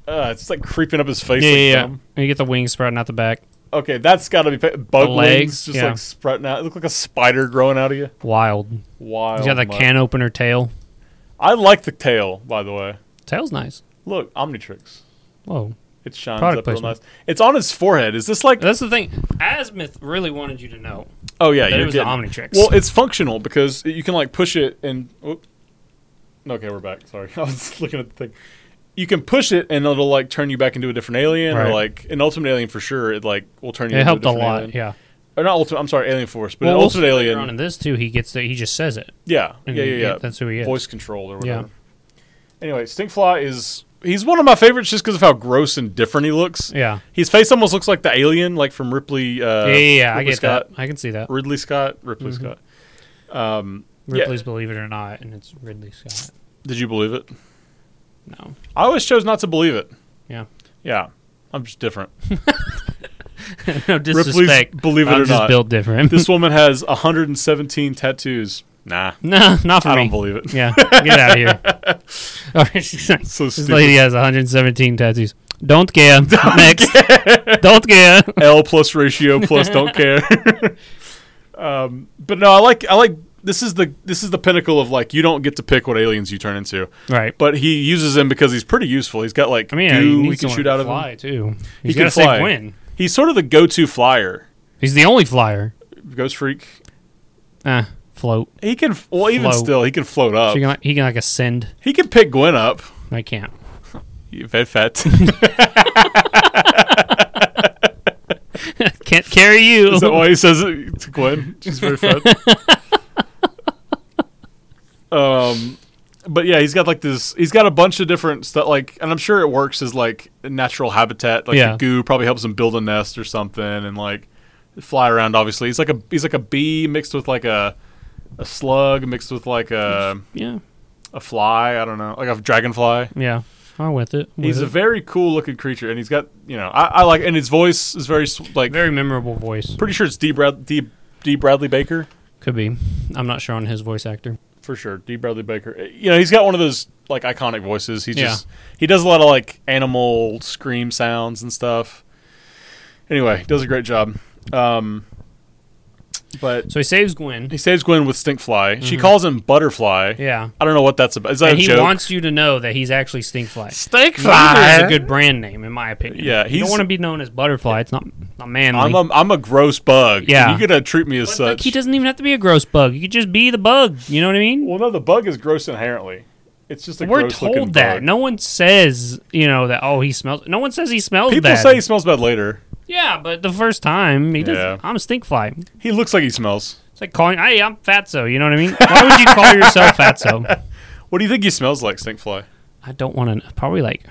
A: uh, it's like creeping up his face.
B: yeah,
A: like
B: yeah, yeah.
A: some-
B: You get the wings sprouting out the back.
A: Okay, that's got to be pa- bug
B: The
A: legs,
B: legs,
A: just
B: yeah.
A: like sprouting out. It looked like a spider growing out of you.
B: Wild.
A: Wild.
B: He's got the
A: mud.
B: can opener tail.
A: I like the tail, by the way.
B: Tail's nice.
A: Look, Omnitrix.
B: Whoa.
A: It shines up
B: Product
A: real nice.
B: placement.
A: It's on his forehead. Is this like?
B: That's the thing. Asmith really wanted you to know
A: Oh yeah,
B: that
A: you're
B: it was the
A: kidding.
B: Omnitrix.
A: Well, it's functional because you can like push it and. Whoop. Okay, we're back. Sorry, [laughs] I was looking at the thing. You can push it and it'll like turn you back into a different alien or
B: Right.
A: like an Ultimate Alien for sure. It like will turn you.
B: it
A: into
B: helped a
A: different
B: lot.
A: alien.
B: Yeah.
A: Or not Ultimate. I'm sorry, Alien Force, but
B: well,
A: an
B: we'll
A: Ultimate
B: see later
A: Alien.
B: on in this too, he gets the, he just says it.
A: yeah,
B: And
A: yeah,
B: he-
A: yeah, yeah.
B: That's who he is.
A: Voice controlled or
B: Yeah.
A: whatever. Anyway, Stinkfly is he's one of my favorites just because of how gross and different he looks.
B: Yeah.
A: His face almost looks like the alien, like from Ripley. Uh,
B: yeah, yeah, yeah. I
A: Ridley
B: get
A: Scott,
B: that. Mm-hmm. I can see that.
A: Ridley Scott, Ripley Scott. Um, yeah.
B: Ripley's Believe It or Not, and it's Ridley Scott.
A: Did you believe it?
B: No.
A: I always chose not to believe it.
B: Yeah. [laughs]
A: Yeah. I'm just different.
B: no disrespect.
A: Believe It
B: I'm
A: or
B: just
A: Not.
B: built different.
A: This woman has 117 tattoos. Nah.
B: [laughs] no, not for
A: I
B: me.
A: don't believe it.
B: Yeah, get out
A: [laughs]
B: of here. All right, [laughs] she's like,
A: So
B: this
A: stupid.
B: lady has 117 tattoos.
A: [laughs]
B: Don't care. Next. Don't care.
A: L plus ratio plus don't
B: [laughs]
A: care. um, but no, I like I like this is the this is the pinnacle of like you don't get to pick what aliens you turn into.
B: Right.
A: But he uses him because he's pretty useful. He's got like
B: I mean,
A: goo
B: he
A: we
B: needs
A: can
B: someone
A: shoot
B: to
A: out of him.
B: fly too.
A: He
B: He's
A: can
B: got to
A: fly.
B: save Gwen.
A: He's sort of the go-to flyer.
B: He's the only flyer.
A: Ghost Freak.
B: Ah, float.
A: He can well even
B: Float.
A: still he can float
B: So
A: up.
B: he can like, he can like ascend.
A: he can pick Gwen up.
B: I can't.
A: You fat fat.
B: Can't carry you. [laughs]
A: Is that why he says it to Gwen? She's very fat. um, but yeah, he's got like this. He's got a bunch of different stuff. Like, and I'm sure it works as like natural habitat. Like
B: Yeah.
A: the goo probably helps him build a nest or something, and like fly around. Obviously, he's like a he's like a bee mixed with like a a slug mixed with like a
B: yeah,
A: a fly. I don't know, like a dragonfly.
B: yeah. I'm with it. I'm
A: He's a
B: with it.
A: very cool looking creature, and he's got you know I, I like and his voice is very s- like
B: very memorable voice.
A: pretty sure it's D. Brad, D. D. Bradley Baker
B: Could be. I'm not sure on his voice actor.
A: for sure. D. Bradley Baker. Uh, You know, he's got one of those like iconic voices. He
B: Yeah.
A: just he does a lot of like animal scream sounds and stuff. Anyway, does a great job. Um, but
B: So he saves Gwen.
A: he saves Gwen with Stinkfly. She calls him Butterfly.
B: Mm-hmm. Yeah.
A: I don't know what that's about. Is that
B: And
A: a
B: he
A: joke?
B: wants you to know that he's actually Stinkfly.
A: Stinkfly
B: Neither is a good brand name, in my opinion.
A: Yeah,
B: you
A: he's-
B: don't want to be known as Butterfly. It's not not manly.
A: I'm a I'm a gross bug.
B: Yeah.
A: and you gotta treat me as
B: But,
A: such.
B: like, he doesn't even have to be a gross bug. You could just be the bug. You know what I mean?
A: well, no, the bug is gross inherently. It's just a
B: We're
A: gross looking
B: told that.
A: bug.
B: No one says you know that. Oh, he smells. No one says he smells.
A: People
B: bad.
A: say he smells bad later.
B: Yeah, but the first time he does.
A: Yeah.
B: I'm a Stinkfly.
A: He looks like he smells.
B: It's like calling. Hey, I'm Fatso. You know what I mean? Why would you call
A: [laughs]
B: yourself Fatso?
A: What do you think he smells like, Stinkfly?
B: I don't want to. Probably like.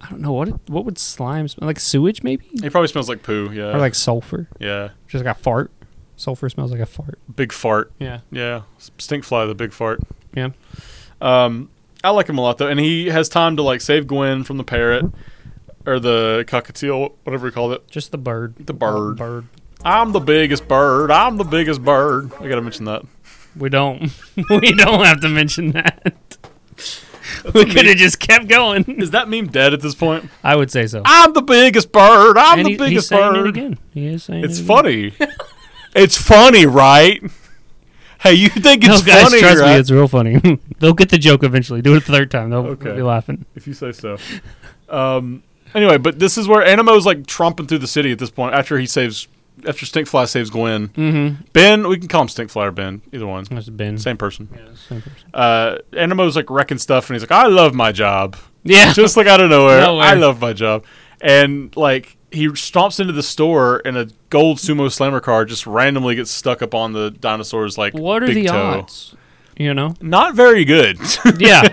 B: I don't know what it, what would slime smell like sewage maybe
A: He probably smells like poo. Yeah.
B: or like sulfur
A: yeah.
B: just like a fart sulfur smells like a fart
A: Big fart.
B: yeah
A: Yeah. Stinkfly, the big fart.
B: yeah
A: Um, I like him a lot though, and he has time to like save Gwen from the parrot or the cockatiel, whatever we call it.
B: Just the bird.
A: The bird.
B: Bird.
A: I'm the biggest bird. I'm the biggest bird. I gotta mention that.
B: We don't. [laughs] we don't have to mention that. [laughs] we could have just kept going.
A: Is that meme dead at this point?
B: I would say so.
A: I'm the biggest bird. I'm
B: And
A: the
B: he- he's
A: biggest
B: saying
A: bird.
B: it again. He is saying
A: It's
B: it again.
A: funny. it's funny, right? Hey, you think
B: No,
A: it's
B: guys,
A: funny,
B: trust
A: right?
B: me, it's real funny. [laughs] They'll get the joke eventually. Do it a third time. They'll
A: Okay.
B: be laughing.
A: if you say so. Um, anyway, but this is where Animo's like tromping through the city at this point after he saves, after Stinkfly saves Gwen.
B: Mm-hmm.
A: Ben, we can call him Stinkfly or Ben, either one,
B: That's Ben.
A: same person.
B: Same person.
A: Uh, Animo's like wrecking stuff, and he's like, "I love my
B: [laughs]
A: job,"
B: Yeah.
A: just like out of nowhere.
B: Nowhere.
A: I love my job, and like he stomps into the store, and a gold sumo slammer car just randomly gets stuck up on the dinosaur's like
B: what are
A: big
B: the
A: toe. [laughs]
B: odds? You know?
A: Not very good. [laughs]
B: Yeah.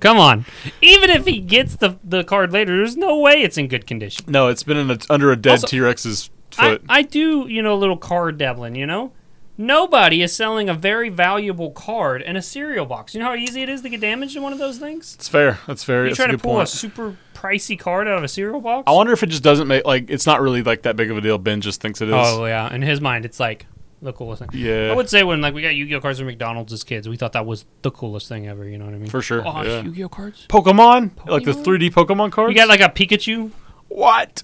B: Come on. Even if he gets the the card later, there's no way it's in good condition.
A: No, it's been in a, under a dead
B: Also-
A: T Rex's
B: I,
A: foot.
B: I do, you know, a little card dabbling, you know? Nobody is selling a very valuable card in a cereal box. You know how easy it is to get damaged in one of those things?
A: It's fair. That's fair.
B: You
A: That's
B: try
A: a
B: to
A: good
B: pull a
A: point.
B: super pricey card out of a cereal box?
A: I wonder if it just doesn't make like it's not really like that big of a deal. Ben just thinks it is.
B: Oh yeah, in his mind, it's like the coolest thing.
A: Yeah.
B: I would say when like we got Yu-Gi-Oh cards from McDonald's as kids, we thought that was the coolest thing ever. You know what I mean?
A: For sure,
B: Oh,
A: yeah.
B: Yu-Gi-Oh cards.
A: Pokemon? like the 3D
B: Pokemon?
A: Pokemon cards.
B: You got like a
A: [laughs]
B: Pikachu.
A: what?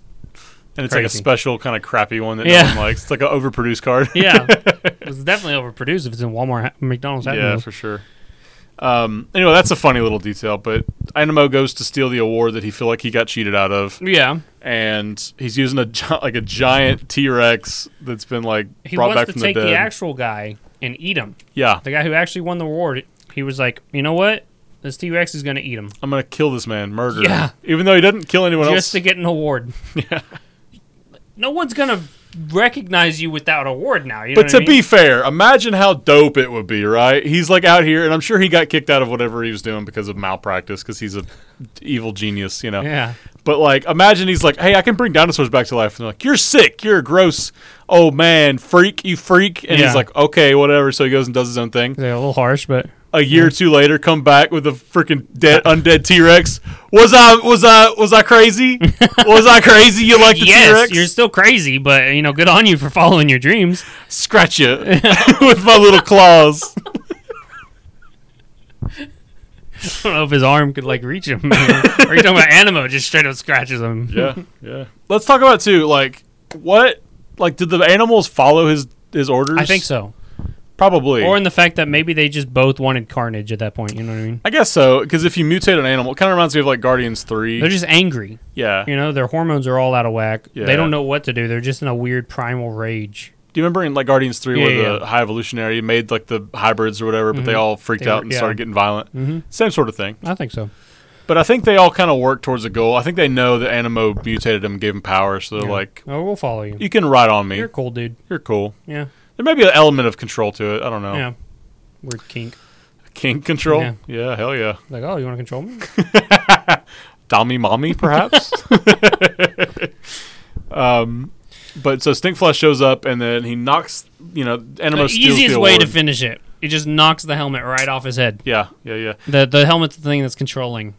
A: And it's like a
B: Crazy.
A: special kind of crappy one that
B: Yeah.
A: no one likes. It's like an overproduced card.
B: [laughs]
A: [laughs]
B: Yeah, it's definitely overproduced if it's in Walmart, ha- McDonald's. having
A: yeah,
B: those.
A: for sure. Um, anyway, that's a funny little detail, but Dynamo goes to steal the award that he feel like he got cheated out of,
B: yeah.
A: and he's using a gi- [laughs] like a giant T Rex that's been like
B: He
A: brought
B: wants
A: back
B: to
A: from
B: take
A: the
B: the,
A: dead.
B: actual guy and eat him.
A: yeah,
B: The guy who actually won the award. He was like, you know what? This T-Rex is gonna eat him
A: I'm gonna kill this man, murder
B: Yeah.
A: him, even though he doesn't kill anyone
B: just
A: else.
B: to get an [laughs] award. No one's gonna recognize you without award now. You know
A: but
B: what
A: to
B: I mean?
A: be fair, imagine how dope it would be, right? He's like out here, and I'm sure he got kicked out of whatever he was doing because of malpractice, because he's a evil genius, you know.
B: yeah.
A: But like, imagine he's like, "Hey, I can bring dinosaurs back to life," and they're like, "You're sick. You're a gross old man, freak. You freak." And
B: Yeah.
A: he's like, "Okay, whatever." So he goes and does his own thing.
B: They're a little harsh, but
A: A year or two later, come back with a freaking
B: [laughs]
A: dead, undead T Rex. Was I was I was I crazy?
B: [laughs]
A: was I crazy? You like the
B: yes,
A: T Rex?
B: you're still crazy, but you know, good on you for following your dreams.
A: Scratch you [laughs] with my little claws.
B: [laughs] I don't know if his arm could like reach him. [laughs] Are you talking about Animo just straight up scratches him?
A: Yeah,
B: [laughs]
A: yeah. Let's talk about too. Like, what? Like, did the animals follow his his orders?
B: I think so.
A: Probably.
B: Or in the fact that maybe they just both wanted carnage at that point. You know what I mean?
A: I guess so, because if you mutate an animal, it kind of reminds me of like Guardians Three.
B: They're just angry.
A: yeah.
B: You know, their hormones are all out of whack.
A: Yeah.
B: They don't know what to do. They're just in a weird primal rage.
A: Do you remember in like Guardians Three
B: Yeah,
A: where
B: yeah,
A: the
B: yeah. Mm-hmm.
A: High Evolutionary made like the hybrids or whatever, but they all freaked
B: They
A: out
B: were-
A: and
B: yeah.
A: started getting violent?
B: Mhm.
A: Same sort of thing.
B: I think so.
A: But I think they all kind of work towards a goal. I think they know that Animo mutated him, gave him power, so they're
B: Yeah.
A: like,
B: Oh, we'll follow you.
A: "You can ride on me.
B: You're
A: You're,
B: cool, dude.
A: cool."
B: Yeah.
A: There may be an element of control to it. I don't know.
B: Yeah. Weird kink.
A: King control.
B: Yeah.
A: yeah, hell yeah.
B: Like, oh, you want to control me?
A: Dommy Mommy,
B: [laughs]
A: perhaps. [laughs] um, but so Stinkflesh shows up, and then he knocks, you know, Animo
B: the
A: steals
B: easiest
A: the
B: way to
A: award.
B: finish it. It just knocks the helmet right off his head.
A: Yeah, yeah, yeah.
B: The the helmet's the thing that's controlling.
A: The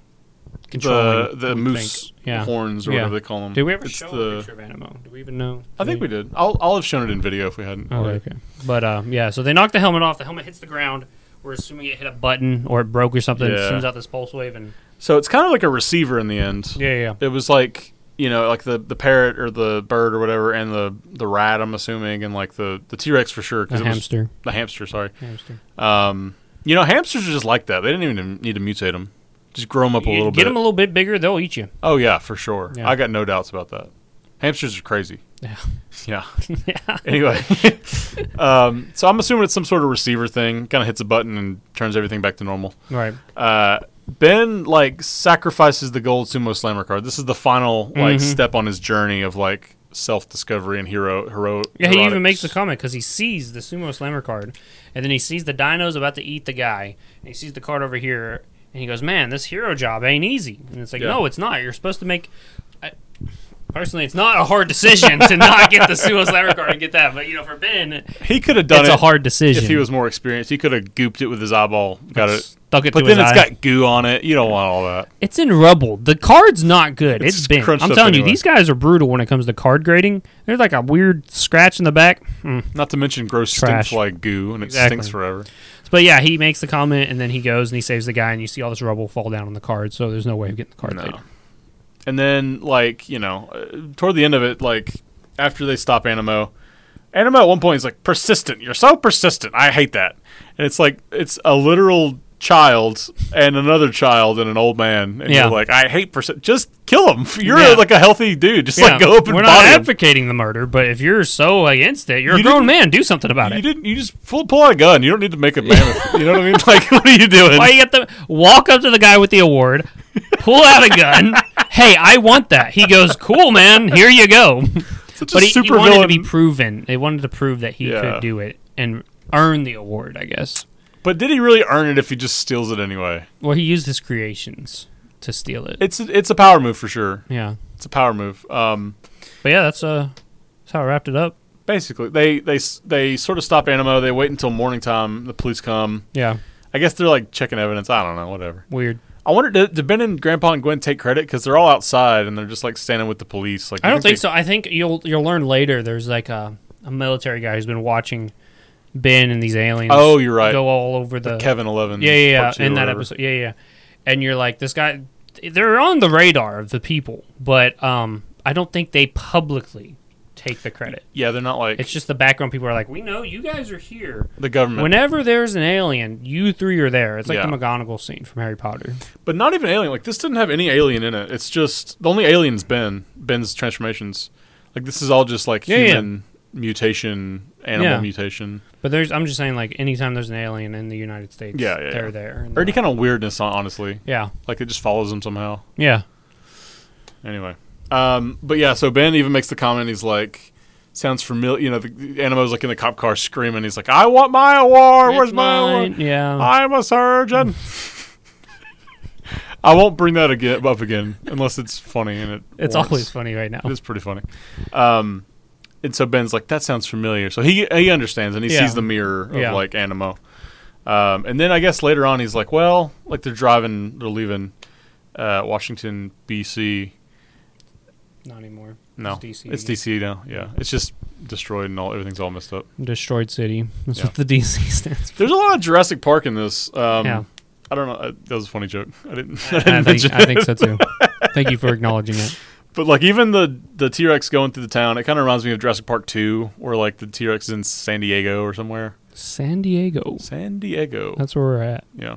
B: Controlling.
A: the
B: we
A: moose
B: think. Yeah.
A: horns or
B: Yeah.
A: whatever they call them.
B: Did we ever
A: It's
B: show
A: the-
B: a picture of Animo? Do we even know?
A: I think we did. I'll I'll have shown it in video if we hadn't.
B: Oh,
A: already.
B: okay. But uh, yeah, so they knock the helmet off. The helmet hits the ground. We're assuming it hit a button or it broke or something.
A: Yeah.
B: It sends out this pulse wave and
A: So it's kind of like a receiver in the end.
B: yeah, yeah.
A: It was like you know like the the parrot or the bird or whatever, and the the rat. I'm assuming, and like the the T Rex for sure.
B: The
A: it was-
B: hamster.
A: the hamster. Sorry.
B: hamster.
A: Um, you know, hamsters are just like that. They didn't even need to mutate them. Just grow them up a
B: You
A: little
B: get
A: bit.
B: them a little bit bigger, they'll eat you.
A: oh yeah, for sure.
B: Yeah.
A: I got no doubts about that. Hamsters are crazy.
B: Yeah.
A: [laughs] Yeah.
B: [laughs] yeah.
A: Anyway, [laughs] um, so I'm assuming it's some sort of receiver thing. Kind of hits a button and turns everything back to normal.
B: Right.
A: Uh, ben like sacrifices the gold sumo slammer card. This is the final like
B: Mhm.
A: step on his journey of like self discovery and hero hero.
B: Yeah, he even
A: heroics.
B: makes the comment because he sees the sumo slammer card, and then he sees the dinos about to eat the guy, and he sees the card over here, and he goes, "Man, this hero job ain't easy." And it's like,
A: Yeah.
B: no, it's not. You're supposed to make. I, personally, it's not a hard decision to not get the sumo slammer card and get that, but you know, for Ben,
A: He could have done
B: it's
A: it
B: a hard decision.
A: if he was more experienced. He could have gooped it with his eyeball. Got it.
B: stuck it
A: But
B: to
A: then
B: his
A: it's
B: eye.
A: got goo on it. You don't want all that.
B: It's in rubble. The card's not good.
A: It's
B: It's bent.
A: crunched
B: I'm
A: up
B: telling you,
A: anyway.
B: these guys are brutal when it comes to card grading. There's like a weird scratch in the back. Hmm.
A: Not to mention gross
B: Trash.
A: stinks like goo, and it
B: Exactly.
A: stinks forever.
B: But yeah, he makes the comment and then he goes and he saves the guy and you see all this rubble fall down on the card, so there's no way of getting the card
A: No.
B: later.
A: And then, like you know, uh, toward the end of it, like after they stop Animo, Animo at one point is like, "Persistent, you're so persistent. I hate that." And it's like it's a literal child and another child and an old man, and
B: Yeah.
A: you're like, "I hate persistent. Just kill him. [laughs] You're
B: Yeah.
A: like a healthy dude. Just like
B: Yeah,
A: go up and
B: We're not
A: body him."
B: advocating the murder, but if you're so against it, you're
A: You
B: a grown man. Do something about
A: You
B: it.
A: didn't. You just pull, pull out a gun. You don't need to make a mammoth. you know what I mean? [laughs] Like, what are you doing?
B: Why you got the walk up to the guy with the award, pull out a
A: [laughs]
B: gun. hey, I want that. He goes, "Cool, man. Here
A: [laughs]
B: you go."
A: Such
B: but
A: a
B: he, he
A: super
B: wanted to
A: villain.
B: be proven. They wanted to prove that he
A: Yeah.
B: could do it and earn the award, I guess.
A: But did he really earn it if he just steals it anyway?
B: Well, he used his creations to steal it.
A: It's it's a power move for sure.
B: yeah,
A: It's a power move. Um,
B: but yeah, that's uh, that's how I wrapped it up.
A: basically, they they s- they sort of stop Animo. They wait until morning time. The police come.
B: Yeah,
A: I guess they're like checking evidence. I don't know. Whatever.
B: weird.
A: I wonder did, did Ben and Grandpa and Gwen take credit because they're all outside and they're just like standing with the police. Like
B: I don't think
A: they-
B: so. I think you'll you'll learn later. There's like a, a military guy who's been watching Ben and these aliens.
A: Oh, you're right.
B: Go all over the
A: Kevin Eleven.
B: yeah yeah
A: part two
B: yeah in
A: or
B: that
A: whatever.
B: episode yeah yeah, and you're like this guy. They're on the radar of the people, but um, I don't think they publicly take the credit.
A: Yeah, they're not like
B: It's just the background people are like, we know you guys are here.
A: the government,
B: Whenever there's an alien, you three are there. It's like
A: Yeah.
B: the McGonagall scene from Harry Potter.
A: but not even alien. Like this didn't have any alien in it. It's just the only alien's Ben. Ben's transformations. Like this is all just like
B: Yeah, yeah.
A: human mutation, animal
B: Yeah.
A: mutation,
B: But there's, I'm just saying, like anytime there's an alien in the United States,
A: Yeah, yeah,
B: they're
A: yeah.
B: there. And
A: or any
B: they're-
A: kind of weirdness. hon- Honestly,
B: yeah,
A: like it just follows them somehow.
B: yeah,
A: Anyway, um, but yeah, so Ben even makes the comment. He's like, "Sounds familiar." You know, the, the Animo's like in the cop car screaming. He's like, "I want my award. Where's
B: It's
A: my
B: mine,
A: award?
B: Yeah,
A: I'm a surgeon." [laughs] I won't bring that again, up again unless it's funny and it. warrants-
B: it's always funny right now.
A: It is pretty funny. Um, and so Ben's like, "That sounds familiar." So he he understands and he
B: Yeah.
A: sees the mirror of
B: Yeah.
A: like Animo. Um, and then I guess later on he's like, "Well, like they're driving, they're leaving uh, Washington D.C."
B: Not anymore.
A: No,
B: It's DC.
A: It's DC now. Yeah, it's just destroyed and all everything's all messed up.
B: Destroyed City. That's
A: Yeah.
B: what the DC [laughs] stands for.
A: There's a lot of Jurassic Park in this. Um,
B: Yeah.
A: I don't know. uh, That was a funny joke. I didn't. [laughs] I didn't
B: I
A: mention
B: think, I
A: it.
B: think so too. Thank you for acknowledging it.
A: But like even the the T Rex going through the town, it kind of reminds me of Jurassic Park Two, where like the T Rex is in San Diego or somewhere.
B: San Diego.
A: San Diego.
B: That's where we're at.
A: yeah.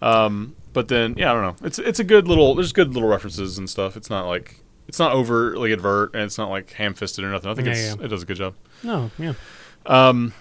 A: Um. But then yeah, I don't know. It's it's a good little. There's good little references and stuff. It's not like it's not overly advert and it's not like ham fisted or nothing. I think
B: Yeah,
A: it's
B: yeah.
A: it does a good job.
B: No, yeah.
A: Um,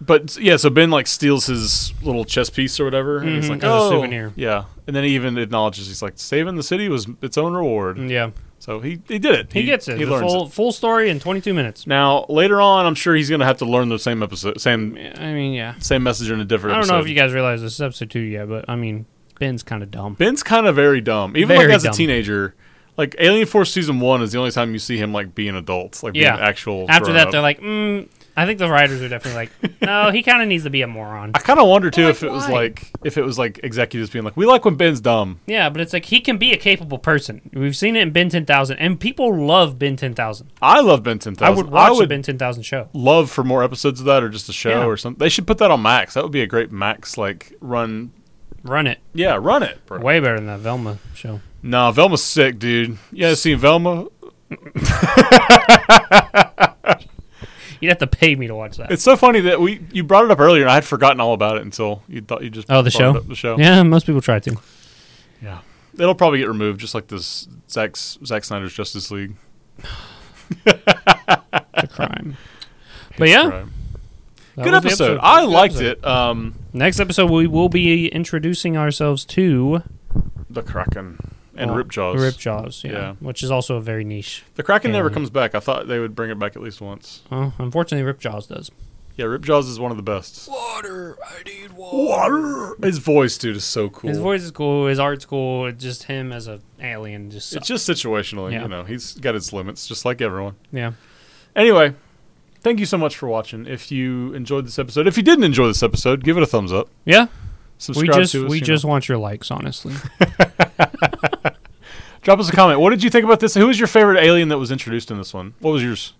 A: but yeah, so Ben like steals his little chess piece or whatever, and he's
B: Mhm,
A: like,
B: as a
A: "Oh,
B: souvenir."
A: yeah." And then he even acknowledges he's like, "Saving the city was its own reward."
B: Yeah.
A: So he he did it.
B: Mm. He, gets it.
A: He
B: the
A: learns
B: full
A: it.
B: full story in 22 minutes.
A: Now later on, I'm sure he's gonna have to learn the same episode, same
B: I mean, yeah.
A: same message in a different.
B: I don't know if
A: episode.
B: you guys realize this is episode two yet, but I mean, Ben's kind of dumb.
A: Ben's kind of very dumb, even
B: Very
A: like as
B: dumb.
A: a teenager. Like Alien Force season one is the only time you see him like be an adult, like
B: Yeah.
A: being an actual.
B: After that,
A: grown-up.
B: they're like, mm, I think the writers are definitely
A: [laughs]
B: like, no, he kind of needs to be a moron.
A: I kind of wonder too
B: Like,
A: if it was
B: why?
A: like if it was like executives being like, "We like when Ben's dumb."
B: Yeah, but it's like he can be a capable person. We've seen it in Ben 10,000, and people love Ben 10,000.
A: I love Ben ten
B: I
A: thousand.
B: would watch a Ben 10,000 show.
A: love for more episodes of that or just a show
B: Yeah.
A: or something. They should put that on Max. That would be a great Max like run.
B: Run it.
A: Yeah, run it. Bro.
B: Way better than that Velma show.
A: Nah, Velma's sick, dude. You guys seen Velma?
B: You'd have to pay me to watch that.
A: It's so funny that we you brought it up earlier and I had forgotten all about it until you thought you just
B: Oh, the
A: brought
B: show?
A: it up, the show.
B: Yeah, most people try to.
A: Yeah. It'll probably get removed just like this Zack's Zack Snyder's Justice League.
B: It's a
A: [laughs]
B: crime. but yeah,
A: Right.
B: that
A: Good
B: was the
A: episode. I
B: Oh, Good
A: liked
B: episode.
A: it. Um
B: Next episode, we will be introducing ourselves to
A: the Kraken and
B: Well,
A: Ripjaws.
B: Ripjaws, yeah,
A: Yeah.
B: which is also very niche.
A: the Kraken never
B: Yeah.
A: comes back. I thought they would bring it back at least once.
B: Well, unfortunately, Ripjaws does.
A: Yeah, Ripjaws is one of the best.
B: Water, I need
A: Water. His voice, dude, is so cool.
B: His voice is cool. His art's cool. It's just him as a alien. Just
A: It's
B: sucks.
A: just situational,
B: Yeah.
A: you know. He's got his limits, just like everyone.
B: yeah.
A: Anyway, thank you so much for watching. If you enjoyed this episode, if you didn't enjoy this episode, give it a thumbs up.
B: Yeah, we
A: Subscribe
B: just
A: to us.
B: we
A: you know.
B: just want your likes, honestly.
A: drop us a comment. What did you think about this? Who was your favorite alien that was introduced in this one? What was yours?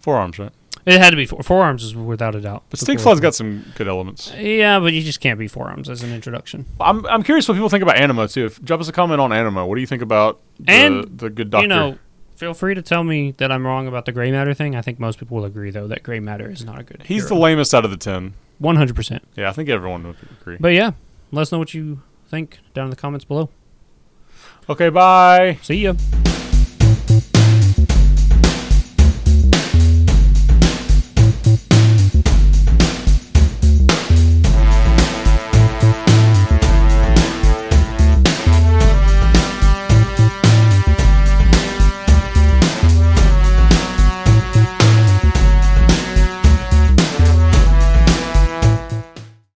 A: Forearms, right?
B: it had to be four, forearms, is without a doubt.
A: But
B: The
A: Stink Fly's
B: forearms.
A: got some good elements.
B: Yeah, but you just can't be forearms as an introduction.
A: I'm, I'm curious what people think about Animo too. If, drop us a comment on Animo. What do you think about the,
B: And,
A: the good doctor?
B: You know, feel free to tell me that I'm wrong about the gray matter thing. I think most people will agree though that gray matter is not a good.
A: He's the lamest out of the ten.
B: one hundred percent.
A: Yeah, I think everyone would agree.
B: But yeah, let us know what you think down in the comments below.
A: Okay, bye.
B: See ya.